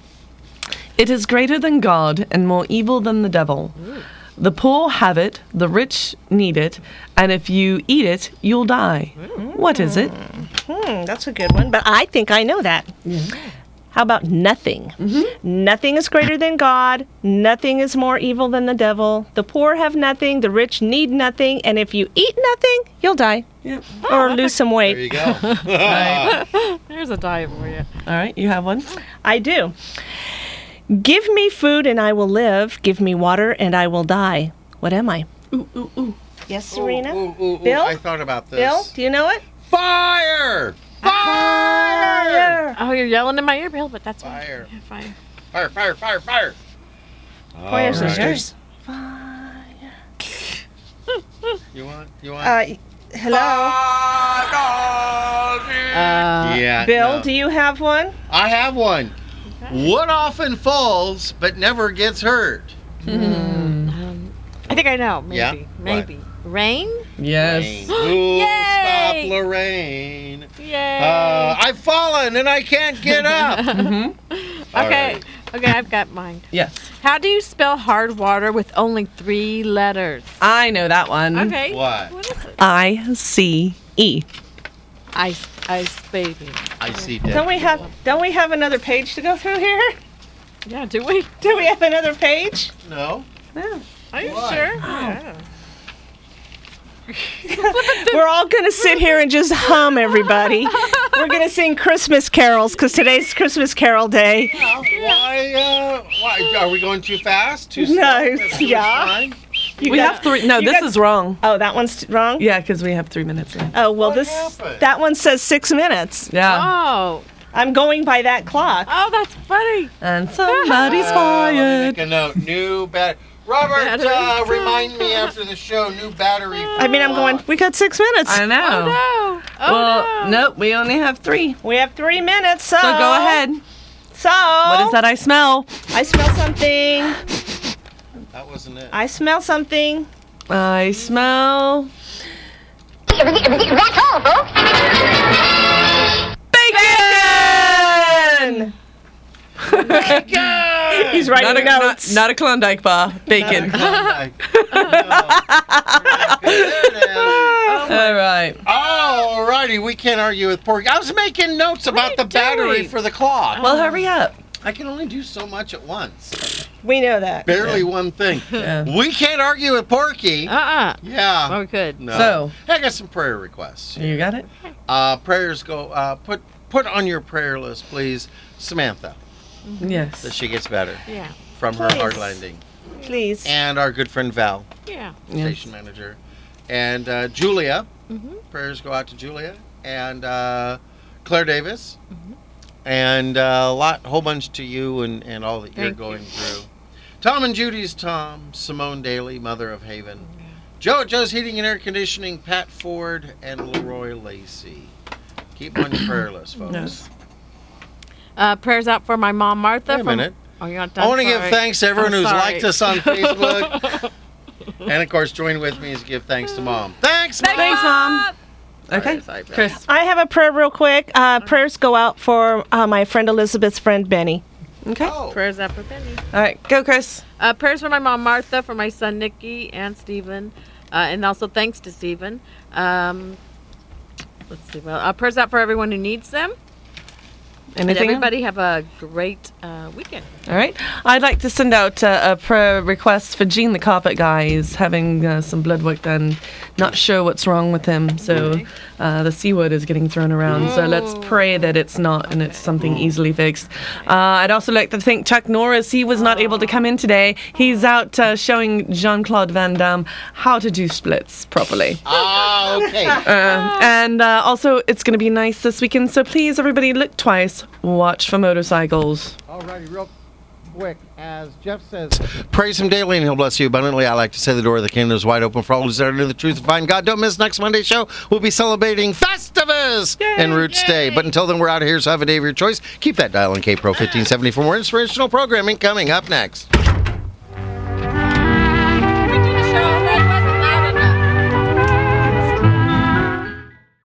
Speaker 4: It is greater than God and more evil than the devil. The poor have it, the rich need it, and if you eat it, you'll die.
Speaker 2: Mm-hmm.
Speaker 4: What is it?
Speaker 1: Hmm, that's a good one, but I think I know that. How about nothing? Nothing is greater than God. Nothing is more evil than the devil. The poor have nothing. The rich need nothing. And if you eat nothing, you'll die or lose some
Speaker 3: There you
Speaker 1: weight.
Speaker 3: go.
Speaker 2: There's a diet for you.
Speaker 4: All right, you have one.
Speaker 1: I do. Give me food and I will live. Give me water and I will die. What am I?
Speaker 4: Ooh, ooh, ooh. Oh,
Speaker 1: Yes, Serena.
Speaker 3: Ooh, ooh, ooh,
Speaker 1: Bill?
Speaker 3: I thought about this.
Speaker 1: Bill, do you know it?
Speaker 3: Fire!
Speaker 1: Fire!
Speaker 2: Oh, you're yelling in my ear, Bill, but that's fine.
Speaker 3: Fire!
Speaker 2: Yeah, fine.
Speaker 3: Fire! Fire! Fire! Fire!
Speaker 1: Fire,
Speaker 3: All right.
Speaker 1: sisters.
Speaker 3: You want? You want?
Speaker 1: Uh, hello,
Speaker 2: Uh,
Speaker 3: yeah.
Speaker 1: Bill.
Speaker 3: no.
Speaker 1: Do uh, Oh, you have one?
Speaker 3: I have one. What often falls but never gets hurt?
Speaker 2: I think I know. Maybe.
Speaker 3: Yeah?
Speaker 2: Maybe. Rain?
Speaker 3: Yes. Ooh,
Speaker 2: Yay!
Speaker 3: stop Lorraine.
Speaker 2: Yay.
Speaker 3: Uh, I've fallen and I can't get up. All
Speaker 2: Okay.
Speaker 3: right.
Speaker 2: Okay, I've got mine.
Speaker 4: Yes.
Speaker 2: How do you spell hard water with only three letters?
Speaker 4: I know that one.
Speaker 2: Okay.
Speaker 3: Hmm. What
Speaker 2: is it?
Speaker 4: I C E.
Speaker 2: Ice, ice baby.
Speaker 3: I see
Speaker 1: Don't we have don't we have another page to go through here?
Speaker 2: Yeah, do we?
Speaker 1: Do we have another page?
Speaker 3: No.
Speaker 2: Are you
Speaker 1: Why?
Speaker 2: sure?
Speaker 3: Oh.
Speaker 1: We're all going to sit here and just hum everybody. We're going to sing Christmas carols cuz today's Christmas carol day.
Speaker 3: Why, uh, why? Are we going too fast? Too slow?
Speaker 1: No,
Speaker 3: That's too much
Speaker 1: yeah.
Speaker 3: time?
Speaker 4: we have three. No, this is wrong.
Speaker 1: Oh, that one's t- wrong.
Speaker 4: Yeah, because we have three minutes left.
Speaker 1: Oh, well this that one says 6 minutes.
Speaker 4: Yeah.
Speaker 2: Oh.
Speaker 1: I'm going by that clock.
Speaker 2: Oh, that's funny.
Speaker 4: And somebody's
Speaker 3: Uh, let me
Speaker 4: fired.
Speaker 3: make a note. New bat. Robert,
Speaker 4: Battery
Speaker 3: uh,
Speaker 4: time.
Speaker 3: remind me after the show. New battery.
Speaker 1: I mean,
Speaker 4: Ah.
Speaker 1: I'm going. We got six minutes.
Speaker 4: I know.
Speaker 2: Oh no. Oh.
Speaker 4: well, nope. We only have three.
Speaker 1: We have three minutes. So,
Speaker 4: So go ahead.
Speaker 1: So
Speaker 4: What is that I smell?
Speaker 1: I smell something.
Speaker 3: That wasn't it.
Speaker 1: I smell something.
Speaker 4: I smell
Speaker 6: That's all, folks.
Speaker 4: bacon.
Speaker 1: He's writing
Speaker 4: not a,
Speaker 1: notes.
Speaker 4: Not, not a Klondike bar. Bacon.
Speaker 3: oh,
Speaker 4: All right.
Speaker 3: Alrighty, we can't argue with Porky. I was making notes about the battery
Speaker 4: doing?
Speaker 3: for the clock.
Speaker 4: Well, hurry up.
Speaker 3: I can only do so much at once.
Speaker 1: We know that.
Speaker 3: Barely one thing. We can't argue with Porky.
Speaker 1: Uh,
Speaker 2: Uh-uh.
Speaker 3: Yeah.
Speaker 2: Oh, good.
Speaker 3: No.
Speaker 4: So-
Speaker 3: Hey, I got some prayer requests.
Speaker 4: You got it.
Speaker 3: Uh, prayers go. Uh, put put on your prayer list, please, Samantha,
Speaker 4: Yes.
Speaker 3: that she gets better
Speaker 2: Yeah.
Speaker 3: from her hard
Speaker 1: Please.
Speaker 3: landing,
Speaker 1: Please.
Speaker 3: and our good friend Val,
Speaker 2: Yeah. Mm-hmm.
Speaker 3: station manager, and uh, Julia. Prayers go out to Julia and uh, Claire Davis,
Speaker 2: Mm-hmm.
Speaker 3: and uh, a lot, whole bunch to you and and all that you're
Speaker 2: Thank you.
Speaker 3: going through. Tom and Judy's Tom, Simone Daly, mother of Haven.
Speaker 2: Oh,
Speaker 3: Joe at Joe's Heating and Air Conditioning, Pat Ford, and Leroy Lacey. Keep 'em on your prayer list, folks.
Speaker 4: Yes.
Speaker 2: Uh, prayers out for my mom, Martha.
Speaker 3: Wait a
Speaker 2: from-
Speaker 3: minute.
Speaker 2: Oh, you're not done.
Speaker 3: I want to give
Speaker 2: Sorry.
Speaker 3: thanks to everyone
Speaker 2: I'm
Speaker 3: who's
Speaker 2: sorry.
Speaker 3: liked us on Facebook. and of course, join with me is give thanks to mom. Thanks, mom.
Speaker 4: Thanks, mom. Okay.
Speaker 3: Sorry, sorry,
Speaker 4: Chris.
Speaker 1: I have a prayer real quick. Uh, prayers go out for uh, my friend Elizabeth's friend Benny.
Speaker 4: Okay. All
Speaker 3: Oh,
Speaker 2: Prayers out for Benny.
Speaker 4: right. Go, Chris.
Speaker 2: Uh, prayers for my mom, Martha, for my son, Nikki, and Stephen. Uh, and also thanks to Stephen. Um, let's see. Well, uh, prayers out for everyone who needs them. And
Speaker 4: Anything?
Speaker 2: everybody have a great uh, weekend.
Speaker 4: All right. I'd like to send out uh, a prayer request for Gene the Carpet Guy. He's having uh, some blood work done. Not sure what's wrong with him. So uh, the C word is getting thrown around. So let's pray that it's not and it's something easily fixed. Uh, I'd also like to thank Chuck Norris. He was not able to come in today. He's out uh, showing Jean Claude Van Damme how to do splits properly.
Speaker 3: Ah, okay.
Speaker 4: Uh, and uh, also, it's going to be nice this weekend. So please, everybody, look twice, watch for motorcycles.
Speaker 3: Alrighty, real quick, as Jeff says. Praise him daily and he'll bless you abundantly. I like to say the door of the kingdom is wide open for all who's there to know the truth and find God. Don't miss next Monday's show. We'll be celebrating Festivus and Roots Day. But until then, we're out of here, so have a day of your choice. Keep that dial on K Pro 1570 for more inspirational programming coming up next.